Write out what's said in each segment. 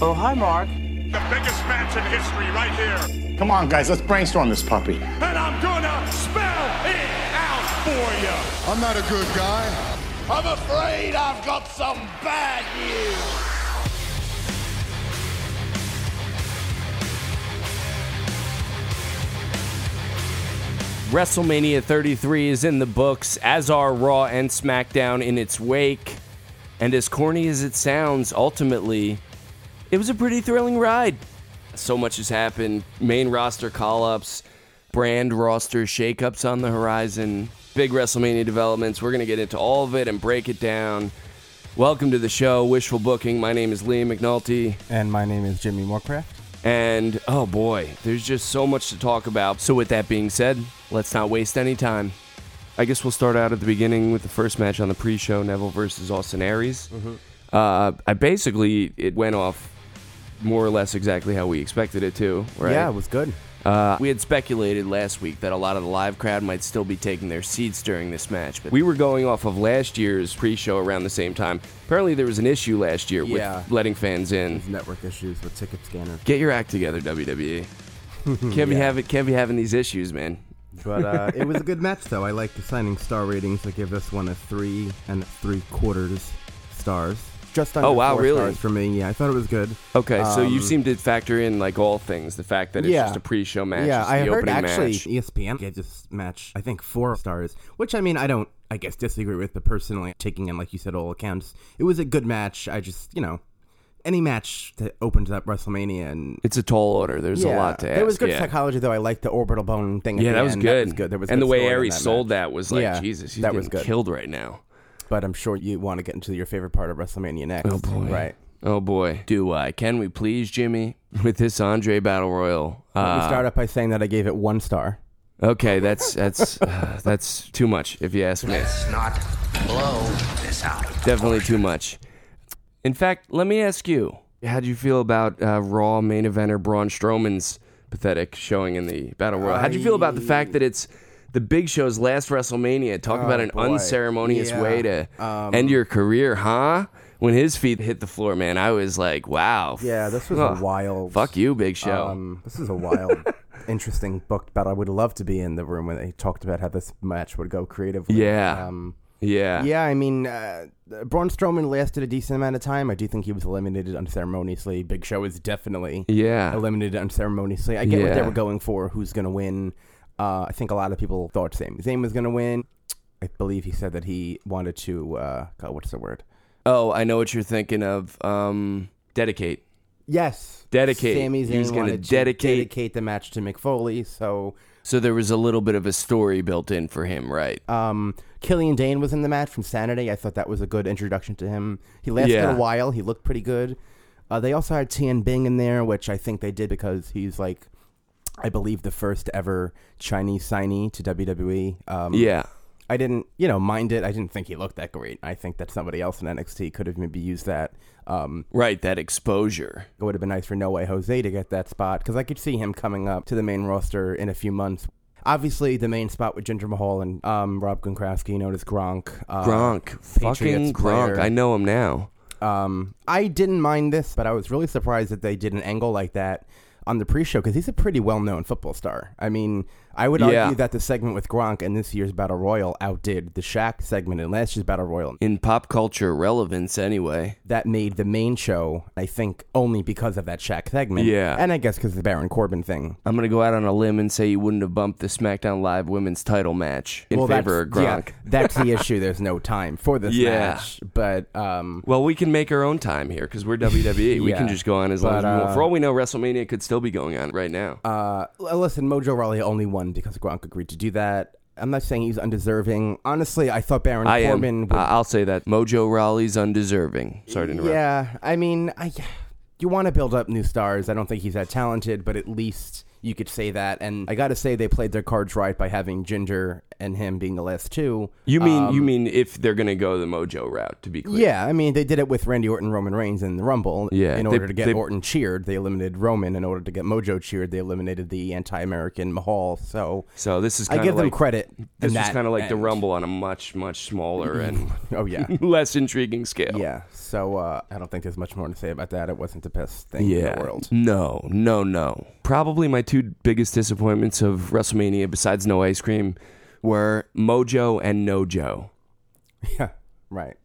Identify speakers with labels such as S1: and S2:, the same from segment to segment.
S1: Oh, hi, Mark.
S2: The biggest match in history right here.
S3: Come on, guys, let's brainstorm this puppy.
S2: And I'm gonna spell it out for you.
S4: I'm not a good guy.
S2: I'm afraid I've got some bad news.
S5: WrestleMania 33 is in the books, as are Raw and SmackDown in its wake. And as corny as it sounds, ultimately, it was a pretty thrilling ride. So much has happened main roster call ups, brand roster shakeups on the horizon, big WrestleMania developments. We're going to get into all of it and break it down. Welcome to the show, Wishful Booking. My name is Liam McNulty.
S6: And my name is Jimmy Moorcraft.
S5: And oh boy, there's just so much to talk about. So, with that being said, let's not waste any time. I guess we'll start out at the beginning with the first match on the pre show Neville versus Austin Aries. Uh, I basically, it went off more or less exactly how we expected it to, right?
S6: Yeah, it was good.
S5: Uh, we had speculated last week that a lot of the live crowd might still be taking their seats during this match, but we were going off of last year's pre show around the same time. Apparently, there was an issue last year
S6: Yeah.
S5: with letting fans in.
S6: Network issues with ticket scanner.
S5: Get your act together, WWE. Can't be having can't be having these issues, man.
S6: But uh, it was a good match, though. I like the signing star ratings. I give this one a three and three quarters stars. Just under
S5: Oh, wow,
S6: four
S5: really?
S6: stars for me. Yeah, I thought it was good.
S5: Okay, so you
S6: Um,
S5: seem to factor in like all things, the fact that it's just a pre-show match,
S6: Yeah,
S5: it's
S6: I
S5: the
S6: heard
S5: opening
S6: actually E
S5: match.
S6: ESPN gave this match I think four stars, which I mean I don't I guess disagree with, but personally taking in like you said all accounts, it was a good match. I just you know any match that opens up WrestleMania and
S5: It's a tall order. There's a lot to ask.
S6: There was good
S5: yeah.
S6: psychology though. I liked the orbital bone thing. at
S5: Yeah,
S6: the
S5: that was
S6: end.
S5: good.
S6: That was good. There was
S5: and
S6: good
S5: the way
S6: story in
S5: Aries
S6: that
S5: sold
S6: match.
S5: that was like,
S6: Yeah,
S5: Jesus, he's
S6: that
S5: getting
S6: was good.
S5: killed right now.
S6: But I'm sure you want to get into your favorite part of WrestleMania next.
S5: Oh boy.
S6: Right.
S5: Oh boy. Do I? Can we please, Jimmy, with this Andre Battle Royal?
S6: Let me
S5: Uh,
S6: start off by saying that I gave it one star.
S5: okay, that's that's uh, that's too much, if you ask me.
S7: not blow this out.
S5: Definitely too much. In fact, let me ask you: How do you feel about uh, Raw main eventer Braun Strowman's pathetic showing in the Battle Royal? How do you feel about the fact that it's the Big Show's last WrestleMania? Talk about an
S6: Oh, boy.
S5: unceremonious
S6: Yeah. um,
S5: way to end your career, huh? When his feet hit the floor, man, I was like, "Wow."
S6: Yeah, this was a
S5: Ugh.
S6: wild-
S5: Fuck you, Big Show.
S6: Um, this is a wild, interesting book battle. I would love to be in the room when they talked about how this match would go creatively.
S5: yeah.
S6: Um,
S5: yeah.
S6: yeah, I mean, uh, Braun Strowman lasted a decent amount of time. I do think he was eliminated unceremoniously. Big Show is definitely
S5: Yeah.
S6: eliminated unceremoniously. I get what they
S5: Yeah.
S6: were going for, who's going to win. Uh, I think a lot of people thought Sami Zayn was going to win. I believe he said that he wanted to, uh, God, what's the word?
S5: Oh, I know what you're thinking of. Um, dedicate.
S6: Yes.
S5: Dedicate.
S6: Sami Zayn
S5: He was gonna
S6: wanted to
S5: dedicate-
S6: dedicate the match to Mick Foley, so
S5: So there was a little bit of a story built in for him, right?
S6: Um, Killian Dane was in the match from Sanity. I thought that was a good introduction to him. He lasted
S5: Yeah.
S6: a while. He looked pretty good. Uh, they also had Tian Bing in there, which I think they did because he's like, I believe, the first ever Chinese signee to WWE. Um,
S5: yeah.
S6: I didn't, you know, mind it. I didn't think he looked that great. I think that somebody else in NXT could have maybe used that. Um,
S5: Right. That exposure.
S6: it would have been nice for No Way Jose to get that spot because I could see him coming up to the main roster in a few months. Obviously, the main spot with Ginger Mahal and um, Rob Gronkowski, known as Gronk. Uh,
S5: Gronk, fucking
S6: Patriots
S5: Gronk.
S6: player.
S5: I know him now.
S6: Um, I didn't mind this, but I was really surprised that they did an angle like that on the pre-show because he's a pretty well-known football star. I mean, I would
S5: Yeah.
S6: argue that the segment with Gronk in this year's Battle Royal outdid the Shaq segment in last year's Battle Royal.
S5: In pop culture relevance, anyway.
S6: that made the main show, I think, only because of that Shaq segment.
S5: Yeah.
S6: And I guess because the Baron Corbin thing.
S5: I'm gonna go out on a limb and say you wouldn't have bumped the SmackDown Live Women's Title match in favor of
S6: that's, yeah,
S5: Gronk.
S6: that's the issue. There's no time for this
S5: Yeah.
S6: match. But um,
S5: Well, we can make our own time here because we're WWE. We
S6: Yeah.
S5: can just go on as long as
S6: But,
S5: we want.
S6: uh,
S5: For all we know, WrestleMania could still be going on right now.
S6: uh, l- listen, Mojo Rawley only won because Gronk agreed to do that. I'm not saying he's undeserving. Honestly, I thought Baron
S5: I am.
S6: Corbin
S5: I-
S6: would.
S5: I'll say that Mojo Rawley's undeserving. Sorry to interrupt.
S6: yeah, I mean, I, you want to build up new stars. I don't think he's that talented, but at least you could say that. And I got to say, they played their cards right by having Ginger and him being the last two.
S5: You mean you mean if they're gonna go the Mojo route? To be clear,
S6: Yeah, I mean they did it with Randy Orton, Roman Reigns, and the Rumble.
S5: Yeah,
S6: in
S5: they-
S6: order to get
S5: they-
S6: Orton cheered, they eliminated Roman. In order to get Mojo cheered, they eliminated the anti-American Mahal. So,
S5: So this is
S6: I
S5: kinda
S6: give them
S5: like-
S6: credit.
S5: This
S6: in
S5: was
S6: that
S5: kind of like the
S6: end.
S5: Rumble on a much much smaller and
S6: Oh yeah,
S5: less intriguing scale.
S6: yeah. So uh, I don't think there's much more to say about that. It wasn't the best thing in the world.
S5: No, no, no. Probably my two biggest disappointments of WrestleMania, besides no ice cream, were Mojo and Nojo.
S6: Yeah, right.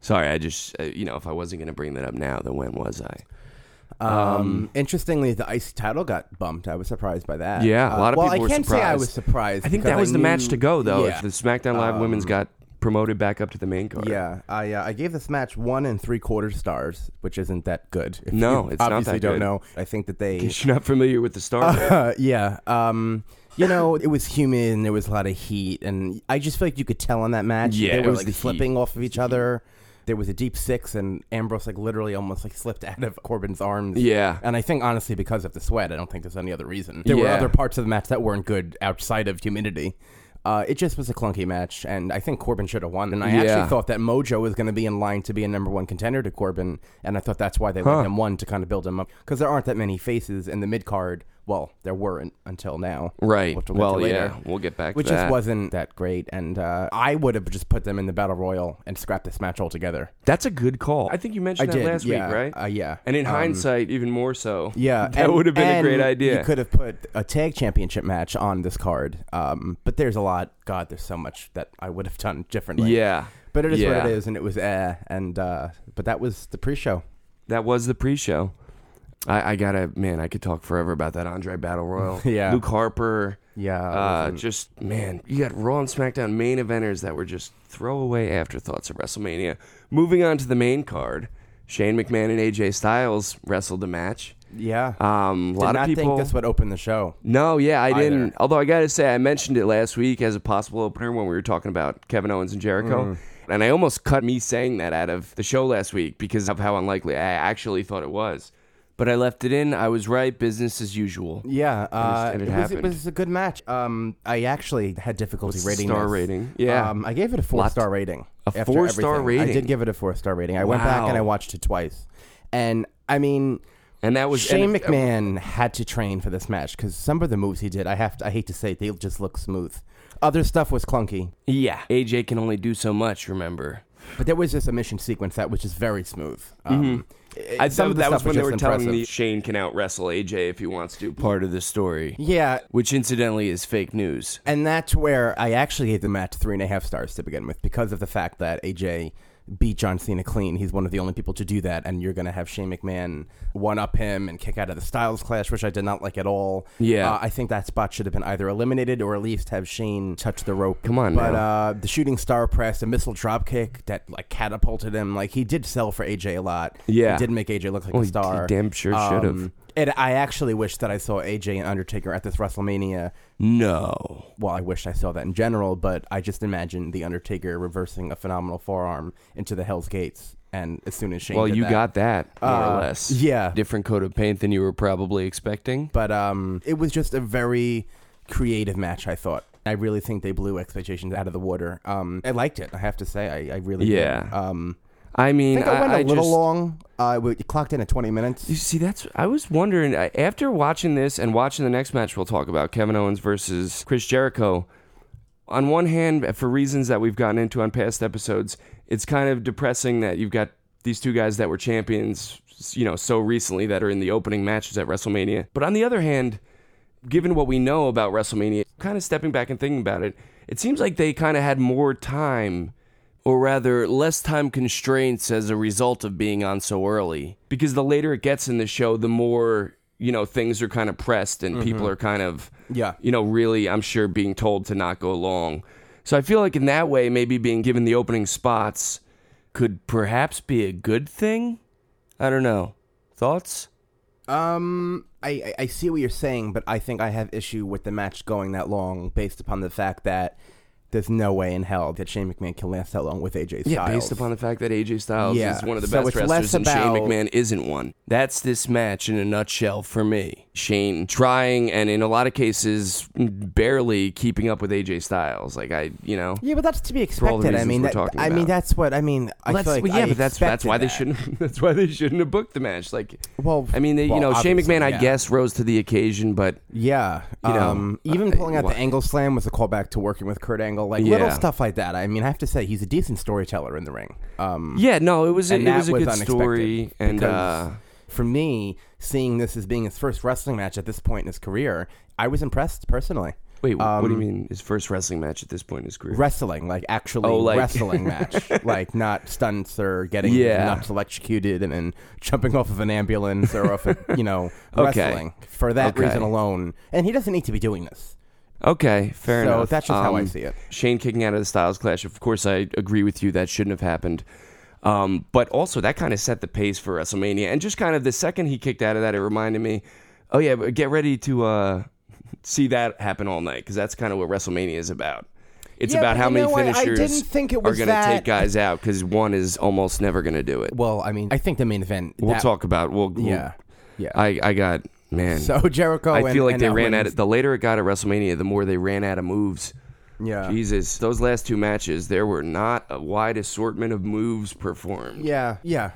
S5: Sorry, I just uh, you know if I wasn't gonna bring that up now, then when was I?
S6: Um, interestingly, the IC title got bumped. I was surprised by that.
S5: Yeah, a
S6: Uh,
S5: lot of
S6: well,
S5: people
S6: I
S5: were
S6: can't
S5: surprised.
S6: say I was surprised.
S5: I Um, think
S6: because
S5: that was the match
S6: knew-
S5: to go though.
S6: Yeah.
S5: If the SmackDown Live Women's got promoted back up to the main card.
S6: Yeah, I uh, I gave this match one and three quarter stars, which isn't that good. If
S5: No,
S6: you
S5: it's not
S6: obviously
S5: that
S6: don't
S5: good.
S6: know. I think that they,
S5: If you're not familiar with the star. rating.
S6: uh, yeah, um, you know, it was humid and there was a lot of heat, and I just feel like you could tell on that match.
S5: Yeah,
S6: they
S5: it
S6: were
S5: was
S6: like
S5: the
S6: slipping off of each other. There was a deep six, and Ambrose like literally almost like slipped out of Corbin's arms.
S5: Yeah.
S6: and I think honestly because of the sweat, I don't think there's any other reason. There were
S5: Yeah.
S6: other parts of the match that weren't good outside of humidity. Uh, it just was a clunky match, and I think Corbin should have won. And I
S5: Yeah.
S6: actually thought that Mojo was going to be in line to be a number one contender to Corbin, and I thought that's why they let him one to kind of build him up because there aren't that many faces in the mid card. Well, there weren't until now.
S5: Right.
S6: Which get
S5: Well,
S6: to later.
S5: yeah, we'll get back to
S6: Which
S5: that.
S6: just wasn't that great, and uh, I would have just put them in the battle royal and scrapped this match altogether.
S5: That's a good call. I think you mentioned
S6: I
S5: that
S6: did,
S5: last
S6: yeah,
S5: week, right?
S6: uh, yeah.
S5: And in
S6: Um,
S5: hindsight, even more so.
S6: Yeah,
S5: that
S6: and-
S5: would have been a
S6: and
S5: great idea.
S6: You could have put a tag championship match on this card, um, but there's a lot. God, there's so much that I would have done differently.
S5: Yeah.
S6: but it is
S5: Yeah.
S6: what it is, and it was eh. And uh, but that was the pre-show.
S5: That was the pre-show. I, I gotta man, I could talk forever about that Andre Battle Royal.
S6: Yeah.
S5: Luke Harper.
S6: Yeah, it
S5: uh,
S6: wasn't-
S5: just man, you got Raw and SmackDown main eventers that were just throwaway afterthoughts of WrestleMania. Moving on to the main card, Shane McMahon and AJ Styles wrestled a match.
S6: Yeah,
S5: Um, a
S6: did
S5: lot
S6: not
S5: of people.
S6: think this would open the show.
S5: No, yeah, I
S6: either.
S5: didn't. Although I gotta say, I mentioned it last week as a possible opener when we were talking about Kevin Owens and
S6: Mm.
S5: Jericho, and I almost cut me saying that out of the show last week because of how unlikely I actually thought it was. But I left it in. I was right. Business as usual.
S6: Yeah, uh,
S5: and it
S6: it, was, it
S5: happened.
S6: was a good match. Um, I actually had difficulty
S5: What's the
S6: rating
S5: star
S6: this.
S5: rating? Yeah.
S6: um, I gave it a four
S5: Lot-
S6: star rating.
S5: a
S6: after
S5: four-star
S6: everything. I
S5: rating.
S6: did give it a four star rating. I went back and
S5: Wow.
S6: I watched it twice, and I mean,
S5: And that was
S6: Shane
S5: and it-
S6: McMahon had to train for this match because some of the moves he did, I have to, I hate to say, it, they just look smooth. Other stuff was clunky,
S5: Yeah, AJ can only do so much. Remember,
S6: but there was just a mission sequence that was just very smooth. Um, it-
S5: Mm-hmm. I
S6: some
S5: thought
S6: of the
S5: that was
S6: stuff
S5: when they were
S6: just
S5: telling me
S6: impressive.
S5: Shane can out wrestle AJ if he wants to. Part of the story,
S6: Yeah,
S5: which incidentally is fake news.
S6: and that's where I actually gave the match three and a half stars to begin with because of the fact that AJ beat John Cena clean. He's one of the only people to do that, and you're going to have Shane McMahon one up him and kick out of the Styles Clash, which I did not like at all.
S5: Yeah.
S6: uh, I think that spot should have been either eliminated or at least have Shane touch the rope.
S5: Come on
S6: but
S5: now.
S6: uh, the shooting star press, the missile drop kick that like catapulted him. Like he did sell for AJ a lot.
S5: Yeah.
S6: he did make AJ look like
S5: Well,
S6: a
S5: he- he
S6: star. Um,
S5: damn sure should've.
S6: And I actually wish that I saw AJ and Undertaker at this WrestleMania
S5: No.
S6: well, I wish I saw that in general, but I just imagine the Undertaker reversing a phenomenal forearm into the Hell's Gates, and as soon as Shane,
S5: Well,
S6: did
S5: you
S6: that-
S5: got that more or
S6: Uh,
S5: less.
S6: yeah.
S5: different coat of paint than you were probably expecting.
S6: But um, it was just a very creative match. I thought. I really think they blew expectations out of the water. Um, I liked it. I have to say, I, I really
S5: Yeah.
S6: Did. Um,
S5: I
S6: I
S5: mean,
S6: think I, went a
S5: I
S6: little
S5: just-
S6: long. Uh, we- it clocked in at twenty minutes.
S5: You see, that's I was wondering I- after watching this and watching the next match we'll talk about Kevin Owens versus Chris Jericho. On one hand, for reasons that we've gotten into on past episodes, it's kind of depressing that you've got these two guys that were champions, you know, so recently that are in the opening matches at WrestleMania. But on the other hand, given what we know about WrestleMania, kind of stepping back and thinking about it, it seems like they kind of had more time, or rather, less time constraints as a result of being on so early. Because the later it gets in the show, the more, you know, things are kind of pressed and people are kind of,
S6: Yeah.
S5: you know, really, I'm sure, being told to not go long. So I feel like in that way, maybe being given the opening spots could perhaps be a good thing. I don't know. Thoughts?
S6: Um, I, I- I see what you're saying, but I think I have issue with the match going that long based upon the fact that there's no way in hell that Shane McMahon can last that long with AJ Styles.
S5: Yeah, based upon the fact that AJ Styles
S6: Yeah,
S5: is one of the
S6: so
S5: best
S6: it's
S5: wrestlers
S6: less
S5: and Shane
S6: about-
S5: McMahon isn't one. That's this match in a nutshell for me. Shane trying and in a lot of cases barely keeping up with AJ Styles. Like I, you know,
S6: Yeah, but that's to be
S5: all the
S6: expected. I
S5: reasons
S6: mean,
S5: we're
S6: that,
S5: talking
S6: I mean,
S5: about.
S6: that's what I mean. I
S5: Well,
S6: feel
S5: that's-
S6: like
S5: well, yeah,
S6: I
S5: but that's that's
S6: expected
S5: why they
S6: that.
S5: shouldn't that's why they shouldn't have booked the match. Like,
S6: Well,
S5: I mean, they,
S6: well,
S5: you know, Shane
S6: obviously,
S5: McMahon, I
S6: yeah.
S5: guess, rose to the occasion, but
S6: Yeah,
S5: You know,
S6: um,
S5: uh,
S6: even pulling out
S5: what-
S6: the Angle Slam was a callback to working with Kurt Angle, like
S5: Yeah.
S6: little stuff like that. I mean, I have to say he's a decent storyteller in the ring. Um,
S5: yeah, no, it was a,
S6: and
S5: it
S6: that
S5: Mm-hmm. was a good
S6: unexpected
S5: story, and
S6: because
S5: uh,
S6: for me, seeing this as being his first wrestling match at this point in his career, I was impressed personally.
S5: wait, what do you
S6: Um,
S5: mean his first wrestling match at this point in his career?
S6: Wrestling, like actually
S5: Oh, like-
S6: wrestling match, like not stunts or getting
S5: Yeah.
S6: nuts electrocuted and then jumping off of an ambulance or off, a, you know,
S5: Okay.
S6: wrestling for that
S5: Okay.
S6: reason alone. And he doesn't need to be doing this.
S5: Okay, fair
S6: So
S5: enough. Um,
S6: that's just how I see it.
S5: Shane kicking out of the Styles Clash. Of course, I agree with you. That shouldn't have happened. Um, but also, that kind of set the pace for WrestleMania. And just kind of the second he kicked out of that, it reminded me, oh yeah, but get ready to uh, see that happen all night because that's kind of what WrestleMania is about. It's
S6: Yeah,
S5: about
S6: but
S5: how
S6: you
S5: many
S6: know what? I
S5: finishers
S6: didn't think it
S5: are
S6: was
S5: going to
S6: that-
S5: take guys out because one is almost never going to do it.
S6: Well, I mean, I think the main event.
S5: We'll
S6: that-
S5: talk about. We'll, we'll-
S6: Yeah, yeah.
S5: I I got man.
S6: So Jericho.
S5: I
S6: and-
S5: feel like
S6: and
S5: they ran out.
S6: Owens-
S5: Of, the later it got at WrestleMania, the more they ran out of moves.
S6: Yeah.
S5: Jesus, those last two matches, there were not a wide assortment of moves performed.
S6: Yeah, yeah.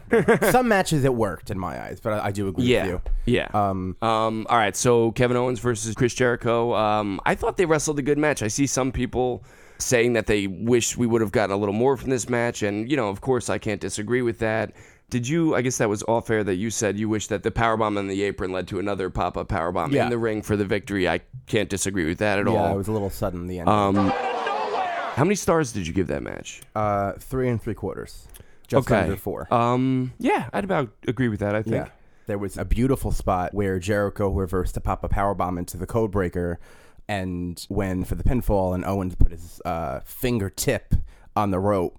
S6: Some matches it worked in my eyes, but I, I do agree with
S5: Yeah,
S6: you.
S5: yeah. Um, all right. So Kevin Owens versus Chris Jericho. Um, I thought they wrestled a good match. I see some people saying that they wish we would have gotten a little more from this match, and you know, of course, I can't disagree with that. Did you? I guess that was off air that you said you wish that the powerbomb on the apron led to another pop up powerbomb
S6: Yeah.
S5: in the ring for the victory. I can't disagree with that at
S6: Yeah,
S5: all. Uh,
S6: it was a little sudden in the end.
S5: How many stars did you give that match?
S6: uh, three and three quarters. Just under four.
S5: Um, yeah, I'd about agree with that. I think.
S6: yeah. There was a beautiful spot where Jericho reversed to pop a powerbomb into the codebreaker, and when for the pinfall, and Owens put his uh, fingertip on the rope.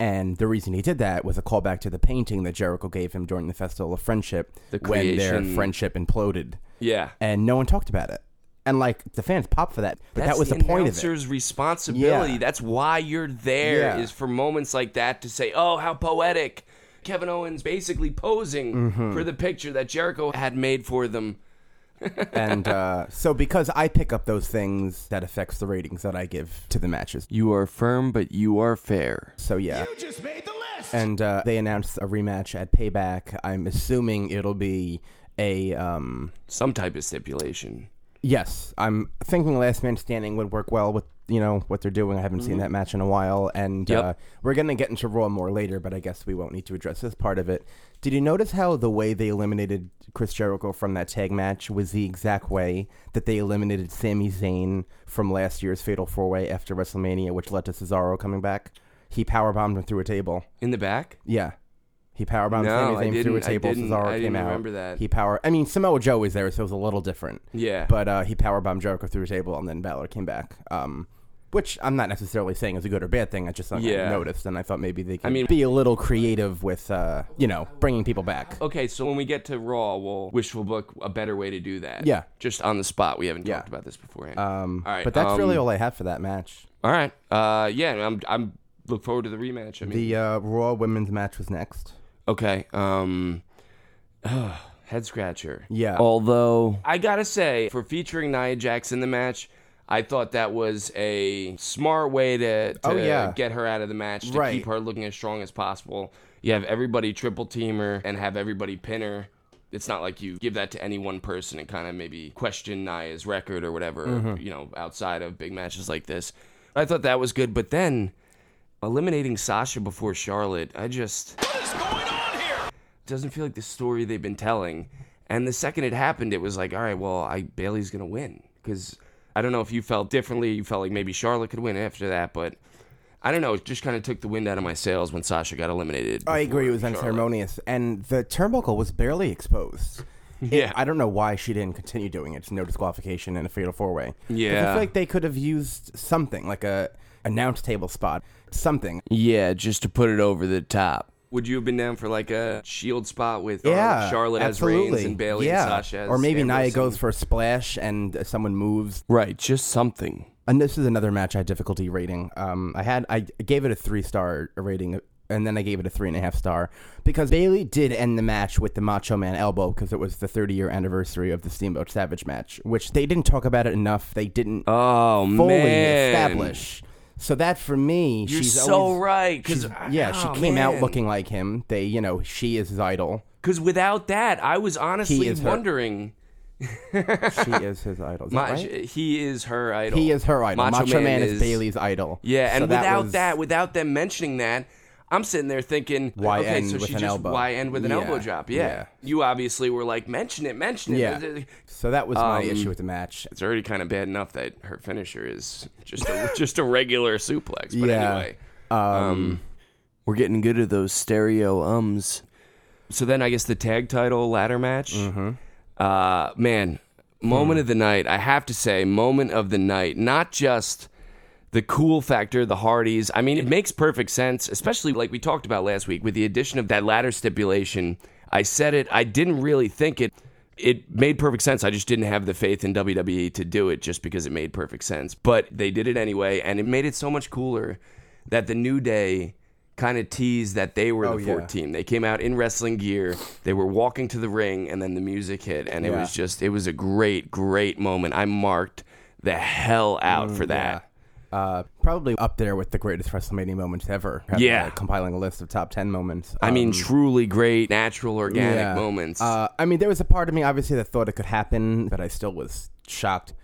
S6: And the reason he did that was a callback to the painting that Jericho gave him during the Festival of Friendship
S5: The
S6: when their
S5: creation-
S6: friendship imploded.
S5: Yeah.
S6: And no one talked about it. And like the fans popped for that, but
S5: That's
S6: that was the, point of it.
S5: announcer's responsibility.
S6: Yeah.
S5: That's why you're there. Is
S6: Yeah.
S5: for moments like that to say, "Oh, how poetic." Kevin Owens basically posing
S6: Mm-hmm.
S5: for the picture that Jericho had made for them.
S6: and uh, so because I pick up those things, that affects the ratings that I give to the matches.
S5: You are firm, but you are fair.
S6: So yeah,
S2: just made the list.
S6: and uh, they announced a rematch at Payback. I'm assuming it'll be a um,
S5: Some type of stipulation.
S6: yes. I'm thinking Last Man Standing would work well with you know what they're doing. I haven't seen that match in a while, and
S5: Mm-hmm. Yep.
S6: uh, we're gonna get into Raw more later, but I guess we won't need to address this part of it. Did you notice how the way they eliminated Chris Jericho from that tag match was the exact way that they eliminated Sami Zayn from last year's Fatal Four Way after WrestleMania, which led to Cesaro coming back? He powerbombed him through a table.
S5: In the back?
S6: Yeah. He powerbombed
S5: No, I
S6: Sami Zayn through a
S5: didn't- I
S6: table.
S5: didn't-
S6: Cesaro
S5: I didn't
S6: came out.
S5: remember that.
S6: He power. I mean, Samoa Joe was there, so it was a little different.
S5: Yeah.
S6: But uh, he powerbombed Jericho through a table, and then Balor came back. Um, which I'm not necessarily saying is a good or bad thing. I just
S5: Yeah.
S6: yeah. noticed, and I thought maybe they could
S5: mean-
S6: be a little creative with, uh, you know, bringing people back.
S5: Okay, so when we get to Raw, we'll wishful book a better way to do that.
S6: Yeah.
S5: Just on the spot. We haven't
S6: Yeah.
S5: talked about this beforehand. Um, all right.
S6: But that's
S5: um,
S6: really all I have for that match.
S5: All right. Uh, yeah, I'm, I'm look forward to the rematch. I mean,
S6: The uh, Raw Women's match was next.
S5: Okay. Um head scratcher.
S6: Yeah.
S5: Although I gotta say, for featuring Nia Jax in the match, I thought that was a smart way to, to
S6: Oh, yeah.
S5: get her out of the match to
S6: Right.
S5: keep her looking as strong as possible. You have everybody triple team her and have everybody pin her. It's not like you give that to any one person and kind of maybe question Nia's record or whatever, you know, outside of big matches like this. I thought that was good, but then eliminating Sasha before Charlotte, I just
S2: what is going on here?
S5: doesn't feel like the story they've been telling. And the second it happened, it was like, all right, well, I Bailey's gonna win because I don't know if you felt differently. You felt like maybe Charlotte could win after that, but I don't know. It just kind of took the wind out of my sails when Sasha got eliminated.
S6: I agree. It was
S5: before Charlotte.
S6: unceremonious, and the turnbuckle was barely exposed. It-
S5: Yeah.
S6: I don't know why she didn't continue doing it. It's no disqualification in a fatal four way. I
S5: Yeah.
S6: feel like they could have used something like a announce table spot, something.
S5: Yeah, just to put it over the top. Would you have been down for like a shield spot with uh,
S6: Yeah,
S5: Charlotte
S6: absolutely.
S5: as Reigns and Bailey
S6: yeah.
S5: and Sasha, as
S6: or maybe Nia
S5: Ambrose
S6: goes
S5: and-
S6: for a splash and uh, someone moves.
S5: right, just something.
S6: And this is another match I had difficulty rating. Um, I had I gave it a three star rating and then I gave it a three and a half star because Bailey did end the match with the Macho Man elbow because it was the 30 year anniversary of the Steamboat Savage match, which they didn't talk about it enough. They didn't
S5: Oh
S6: fully
S5: man,
S6: establish. So that for me,
S5: You're
S6: she's
S5: so
S6: always,
S5: right. oh, Because
S6: Yeah, she came out looking like him. They, you know, she is his idol.
S5: Because without that, I was honestly
S6: is her-
S5: wondering.
S6: She is his idol. Is that
S5: Ma-
S6: right?
S5: He is her idol.
S6: He is her idol. Macho, Man, is, Bailey's idol.
S5: Yeah, and
S6: So
S5: without
S6: was-
S5: that, without them mentioning that, I'm sitting there thinking,
S6: Why
S5: okay,
S6: end
S5: so
S6: with
S5: she
S6: an
S5: just
S6: elbow?
S5: why end with an
S6: Yeah,
S5: elbow drop? Yeah.
S6: yeah.
S5: you obviously were like, mention it, mention it.
S6: yeah. So that was my
S5: Um,
S6: issue with the match.
S5: It's already kind of bad enough that her finisher is just a, just a regular suplex. But
S6: Yeah.
S5: anyway, um, we're getting good at those stereo ums. So then, I guess the tag title ladder
S6: Mm-hmm.
S5: match. Uh, man,
S6: Hmm.
S5: moment of the night. I have to say, moment of the night. Not just the cool factor, the Hardys. I mean, it makes perfect sense, especially like we talked about last week with the addition of that ladder stipulation. I said it, I didn't really think it. It made perfect sense. I just didn't have the faith in WWE to do it just because it made perfect sense. But they did it anyway, and it made it so much cooler that the New Day kind of teased that they were
S6: Oh,
S5: the
S6: yeah.
S5: fourth team. They came out in wrestling gear, they were walking to the ring, and then the music hit, and it
S6: Yeah.
S5: was just, it was a great, great moment. I marked the hell out
S6: Mm,
S5: for that.
S6: Uh, probably up there with the greatest WrestleMania moments ever. Having,
S5: Yeah.
S6: uh, compiling a list of top ten moments.
S5: I mean,
S6: Um,
S5: truly great natural organic
S6: yeah.
S5: moments.
S6: Uh, I mean, there was a part of me obviously that thought it could happen, but I still was shocked.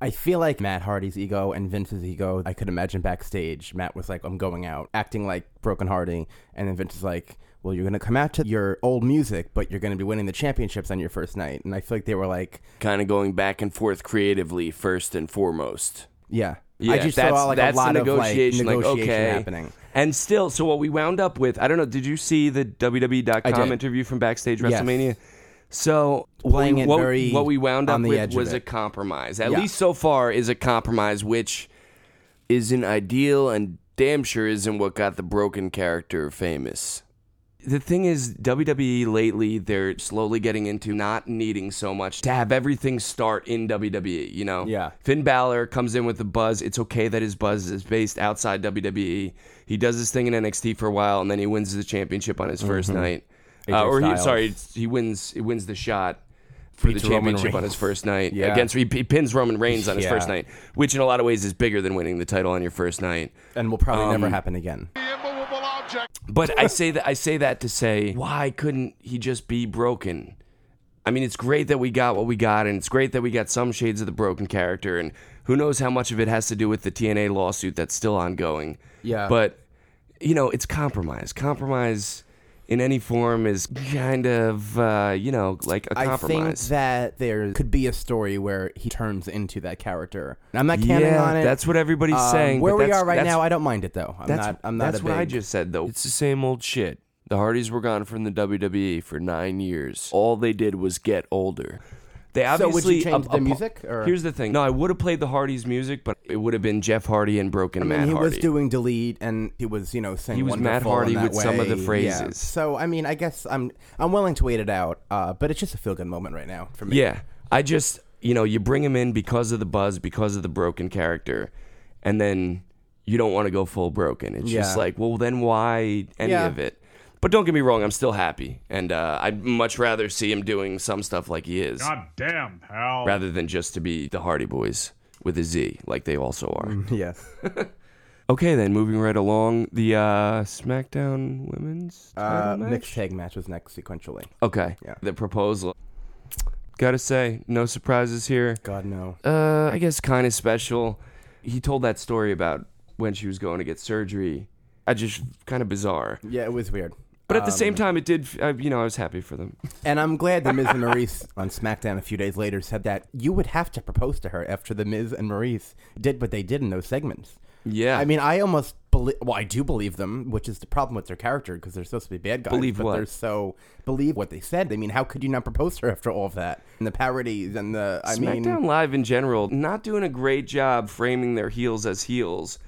S6: I feel like Matt Hardy's ego and Vince's ego. I could imagine backstage, Matt was like, "I'm going out," acting like broken Hardy, and then Vince is like, "Well, you're gonna come out to your old music, but you're gonna be winning the championships on your first night." And I feel like they were like,
S5: kind of going back and forth creatively first and foremost.
S6: "Yeah,
S5: Yeah,
S6: I just
S5: that's,
S6: saw like
S5: that's
S6: a lot
S5: the
S6: of like
S5: negotiation,
S6: negotiation
S5: like, okay.
S6: happening."
S5: And still, so what we wound up with, I don't know, did you see the
S6: I
S5: WWE.com
S6: did.
S5: interview from Backstage
S6: Yes.
S5: WrestleMania? So
S6: Playing
S5: what,
S6: it
S5: what,
S6: very
S5: what we wound up
S6: on the edge
S5: with was
S6: of it.
S5: a compromise. At
S6: Yeah.
S5: least so far is a compromise, which isn't ideal and damn sure isn't what got the broken character famous. The thing is, WWE lately, they're slowly getting into not needing so much to have everything start in WWE, you know?
S6: Yeah.
S5: Finn Balor comes in with the buzz. It's okay that his buzz is based outside WWE. He does his thing in NXT for a while, and then he wins the championship on his 1st night. Uh,
S6: AJ
S5: or he,
S6: Mm-hmm. Styles.
S5: sorry, he wins. He wins the shot for
S6: Beats
S5: the
S6: Roman
S5: championship on
S6: Reigns.
S5: his first night
S6: Yeah.
S5: against. He, he pins Roman Reigns on his
S6: Yeah.
S5: first night, which in a lot of ways is bigger than winning the title on your first night.
S6: and will probably never
S5: Um,
S6: happen again.
S5: But I say that I say that to say why couldn't he just be broken? I mean, it's great that we got what we got, and it's great that we got some shades of the broken character, and who knows how much of it has to do with the TNA lawsuit that's still ongoing.
S6: Yeah.
S5: But you know, it's compromise. Compromise in any form is kind of uh, you know like a
S6: I think
S5: compromise.
S6: that there could be a story where he turns into that character. And I'm not counting
S5: yeah,
S6: on it.
S5: that's what everybody's
S6: Um,
S5: saying. but
S6: Where we
S5: that's-
S6: are right
S5: that's-
S6: now, I don't mind it though. I'm
S5: That's,
S6: not. I'm not.
S5: that's
S6: a
S5: what I
S6: big-
S5: just said, though. It's the same old shit. The Hardys were gone from the WWE for nine years. All they did was get older. They
S6: So
S5: obviously
S6: would you change
S5: a-
S6: the
S5: a-
S6: music, or-
S5: Here's the thing. No, I would have played the Hardys music, but it would have been Jeff Hardy and Broken
S6: I mean,
S5: Matt
S6: he
S5: Hardy.
S6: was doing delete, and he was, you know, saying
S5: He was Matt
S6: "Wonderful" in
S5: Hardy
S6: that
S5: with some of the
S6: way. Yeah.
S5: phrases.
S6: So I mean, I guess I'm I'm willing to wait it out, uh, but it's just a feel good moment right now for me.
S5: yeah, I just you know you bring him in because of the buzz, because of the broken character, and then you don't want to go full broken. It's just
S6: Yeah.
S5: like, well, then why any
S6: Yeah.
S5: of it? But don't get me wrong, I'm still happy, and uh, I'd much rather see him doing some stuff like he is.
S2: God damn, Hal.
S5: rather than just to be the Hardy Boys with a Z, like they also are.
S6: Yes.
S5: okay, then moving right along, the uh, SmackDown Women's title
S6: Uh,
S5: match?
S6: mixed tag match was next sequentially.
S5: Okay,
S6: Yeah.
S5: the proposal. Gotta say, no surprises here.
S6: God no.
S5: Uh, I guess kind of special. He told that story about when she was going to get surgery. I just kind of bizarre,
S6: Yeah, it was weird.
S5: but at the same time, it did. I, you know, I was happy for them.
S6: And I'm glad that Miz and Maurice on SmackDown a few days later said that you would have to propose to her after the Miz and Maurice did what they did in those segments.
S5: Yeah.
S6: I mean, I almost believe. Well, I do believe them, which is the problem with their character because they're supposed to be bad guys.
S5: Believe
S6: but
S5: what?
S6: They're so believe what they said. I mean, how could you not propose to her after all of that and the parodies and the? I
S5: SmackDown
S6: mean,
S5: Live in general not doing a great job framing their heels as heels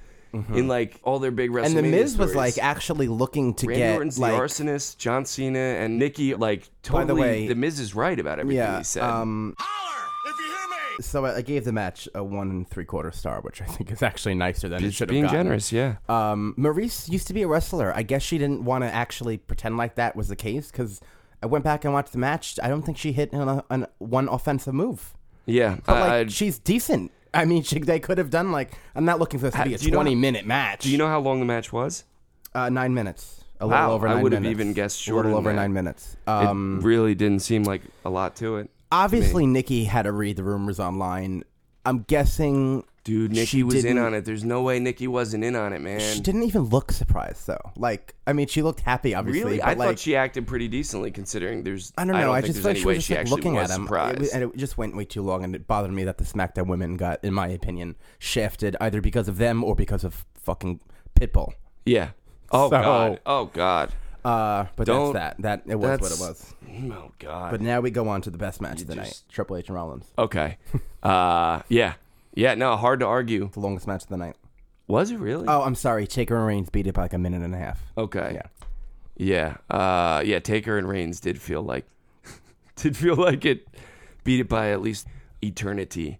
S5: in like all their big WrestleMania
S6: and the Miz
S5: stories.
S6: was like actually looking to
S5: Randy
S6: get
S5: Orton's
S6: like
S5: the arsonist, John Cena and Nikki like
S6: By the
S5: totally.
S6: way-
S5: the Miz is right about everything
S6: yeah.
S5: he said.
S6: Um,
S2: Holler if you hear me.
S6: So I I gave the match a one and three quarter star, which I think is actually nicer than it should have
S5: Being
S6: gotten.
S5: generous, yeah.
S6: Um, Maurice used to be a wrestler. I guess she didn't want to actually pretend like that was the case because I went back and watched the match. I don't think she hit on, a, on one offensive move.
S5: yeah.
S6: But
S5: I-
S6: like,
S5: I-
S6: she's decent. I mean, she, they could have done like I'm not looking for this to be a
S5: do you know-
S6: 20 minute match.
S5: do you know how long the match was?
S6: uh, nine minutes. A
S5: Wow,
S6: little over.
S5: I
S6: nine
S5: would have
S6: minutes.
S5: even guessed
S6: A
S5: shorter
S6: little
S5: than
S6: over
S5: that.
S6: nine minutes.
S5: It
S6: Um,
S5: really didn't seem like a lot to it.
S6: obviously, Nikki had to read the rumors online. I'm guessing,
S5: Dude, Nikki
S6: she
S5: was in
S6: didn't-
S5: on it. There's no way Nikki wasn't in on it, man.
S6: She didn't even look surprised though. Like, I mean, she looked happy. Obviously,
S5: Really,
S6: but,
S5: I
S6: like,
S5: thought she acted pretty decently considering there's.
S6: I don't know. I,
S5: think
S6: just
S5: there's
S6: felt
S5: any
S6: she
S5: way
S6: was just
S5: she
S6: like
S5: actually
S6: looking
S5: was
S6: at him,
S5: surprised.
S6: It was- and it just went way too long, and it bothered me that the SmackDown women got, in my opinion, shafted either because of them or because of fucking Pitbull.
S5: yeah. Oh
S6: So-
S5: god. Oh god.
S6: Uh, but
S5: Don't-
S6: that's that. That it was what it
S5: that's-
S6: was.
S5: Oh god.
S6: But now we go on to the best match of the night:
S5: just-
S6: Triple H and Rollins,
S5: okay. uh. Yeah. Yeah. No. Hard to argue.
S6: the longest match of the night.
S5: Was it really?
S6: Oh, I'm sorry, Taker and Reigns beat it by like a minute and a half.
S5: Okay.
S6: Yeah.
S5: Yeah. Uh, yeah. Taker and Reigns did feel like did feel like it beat it by at least eternity.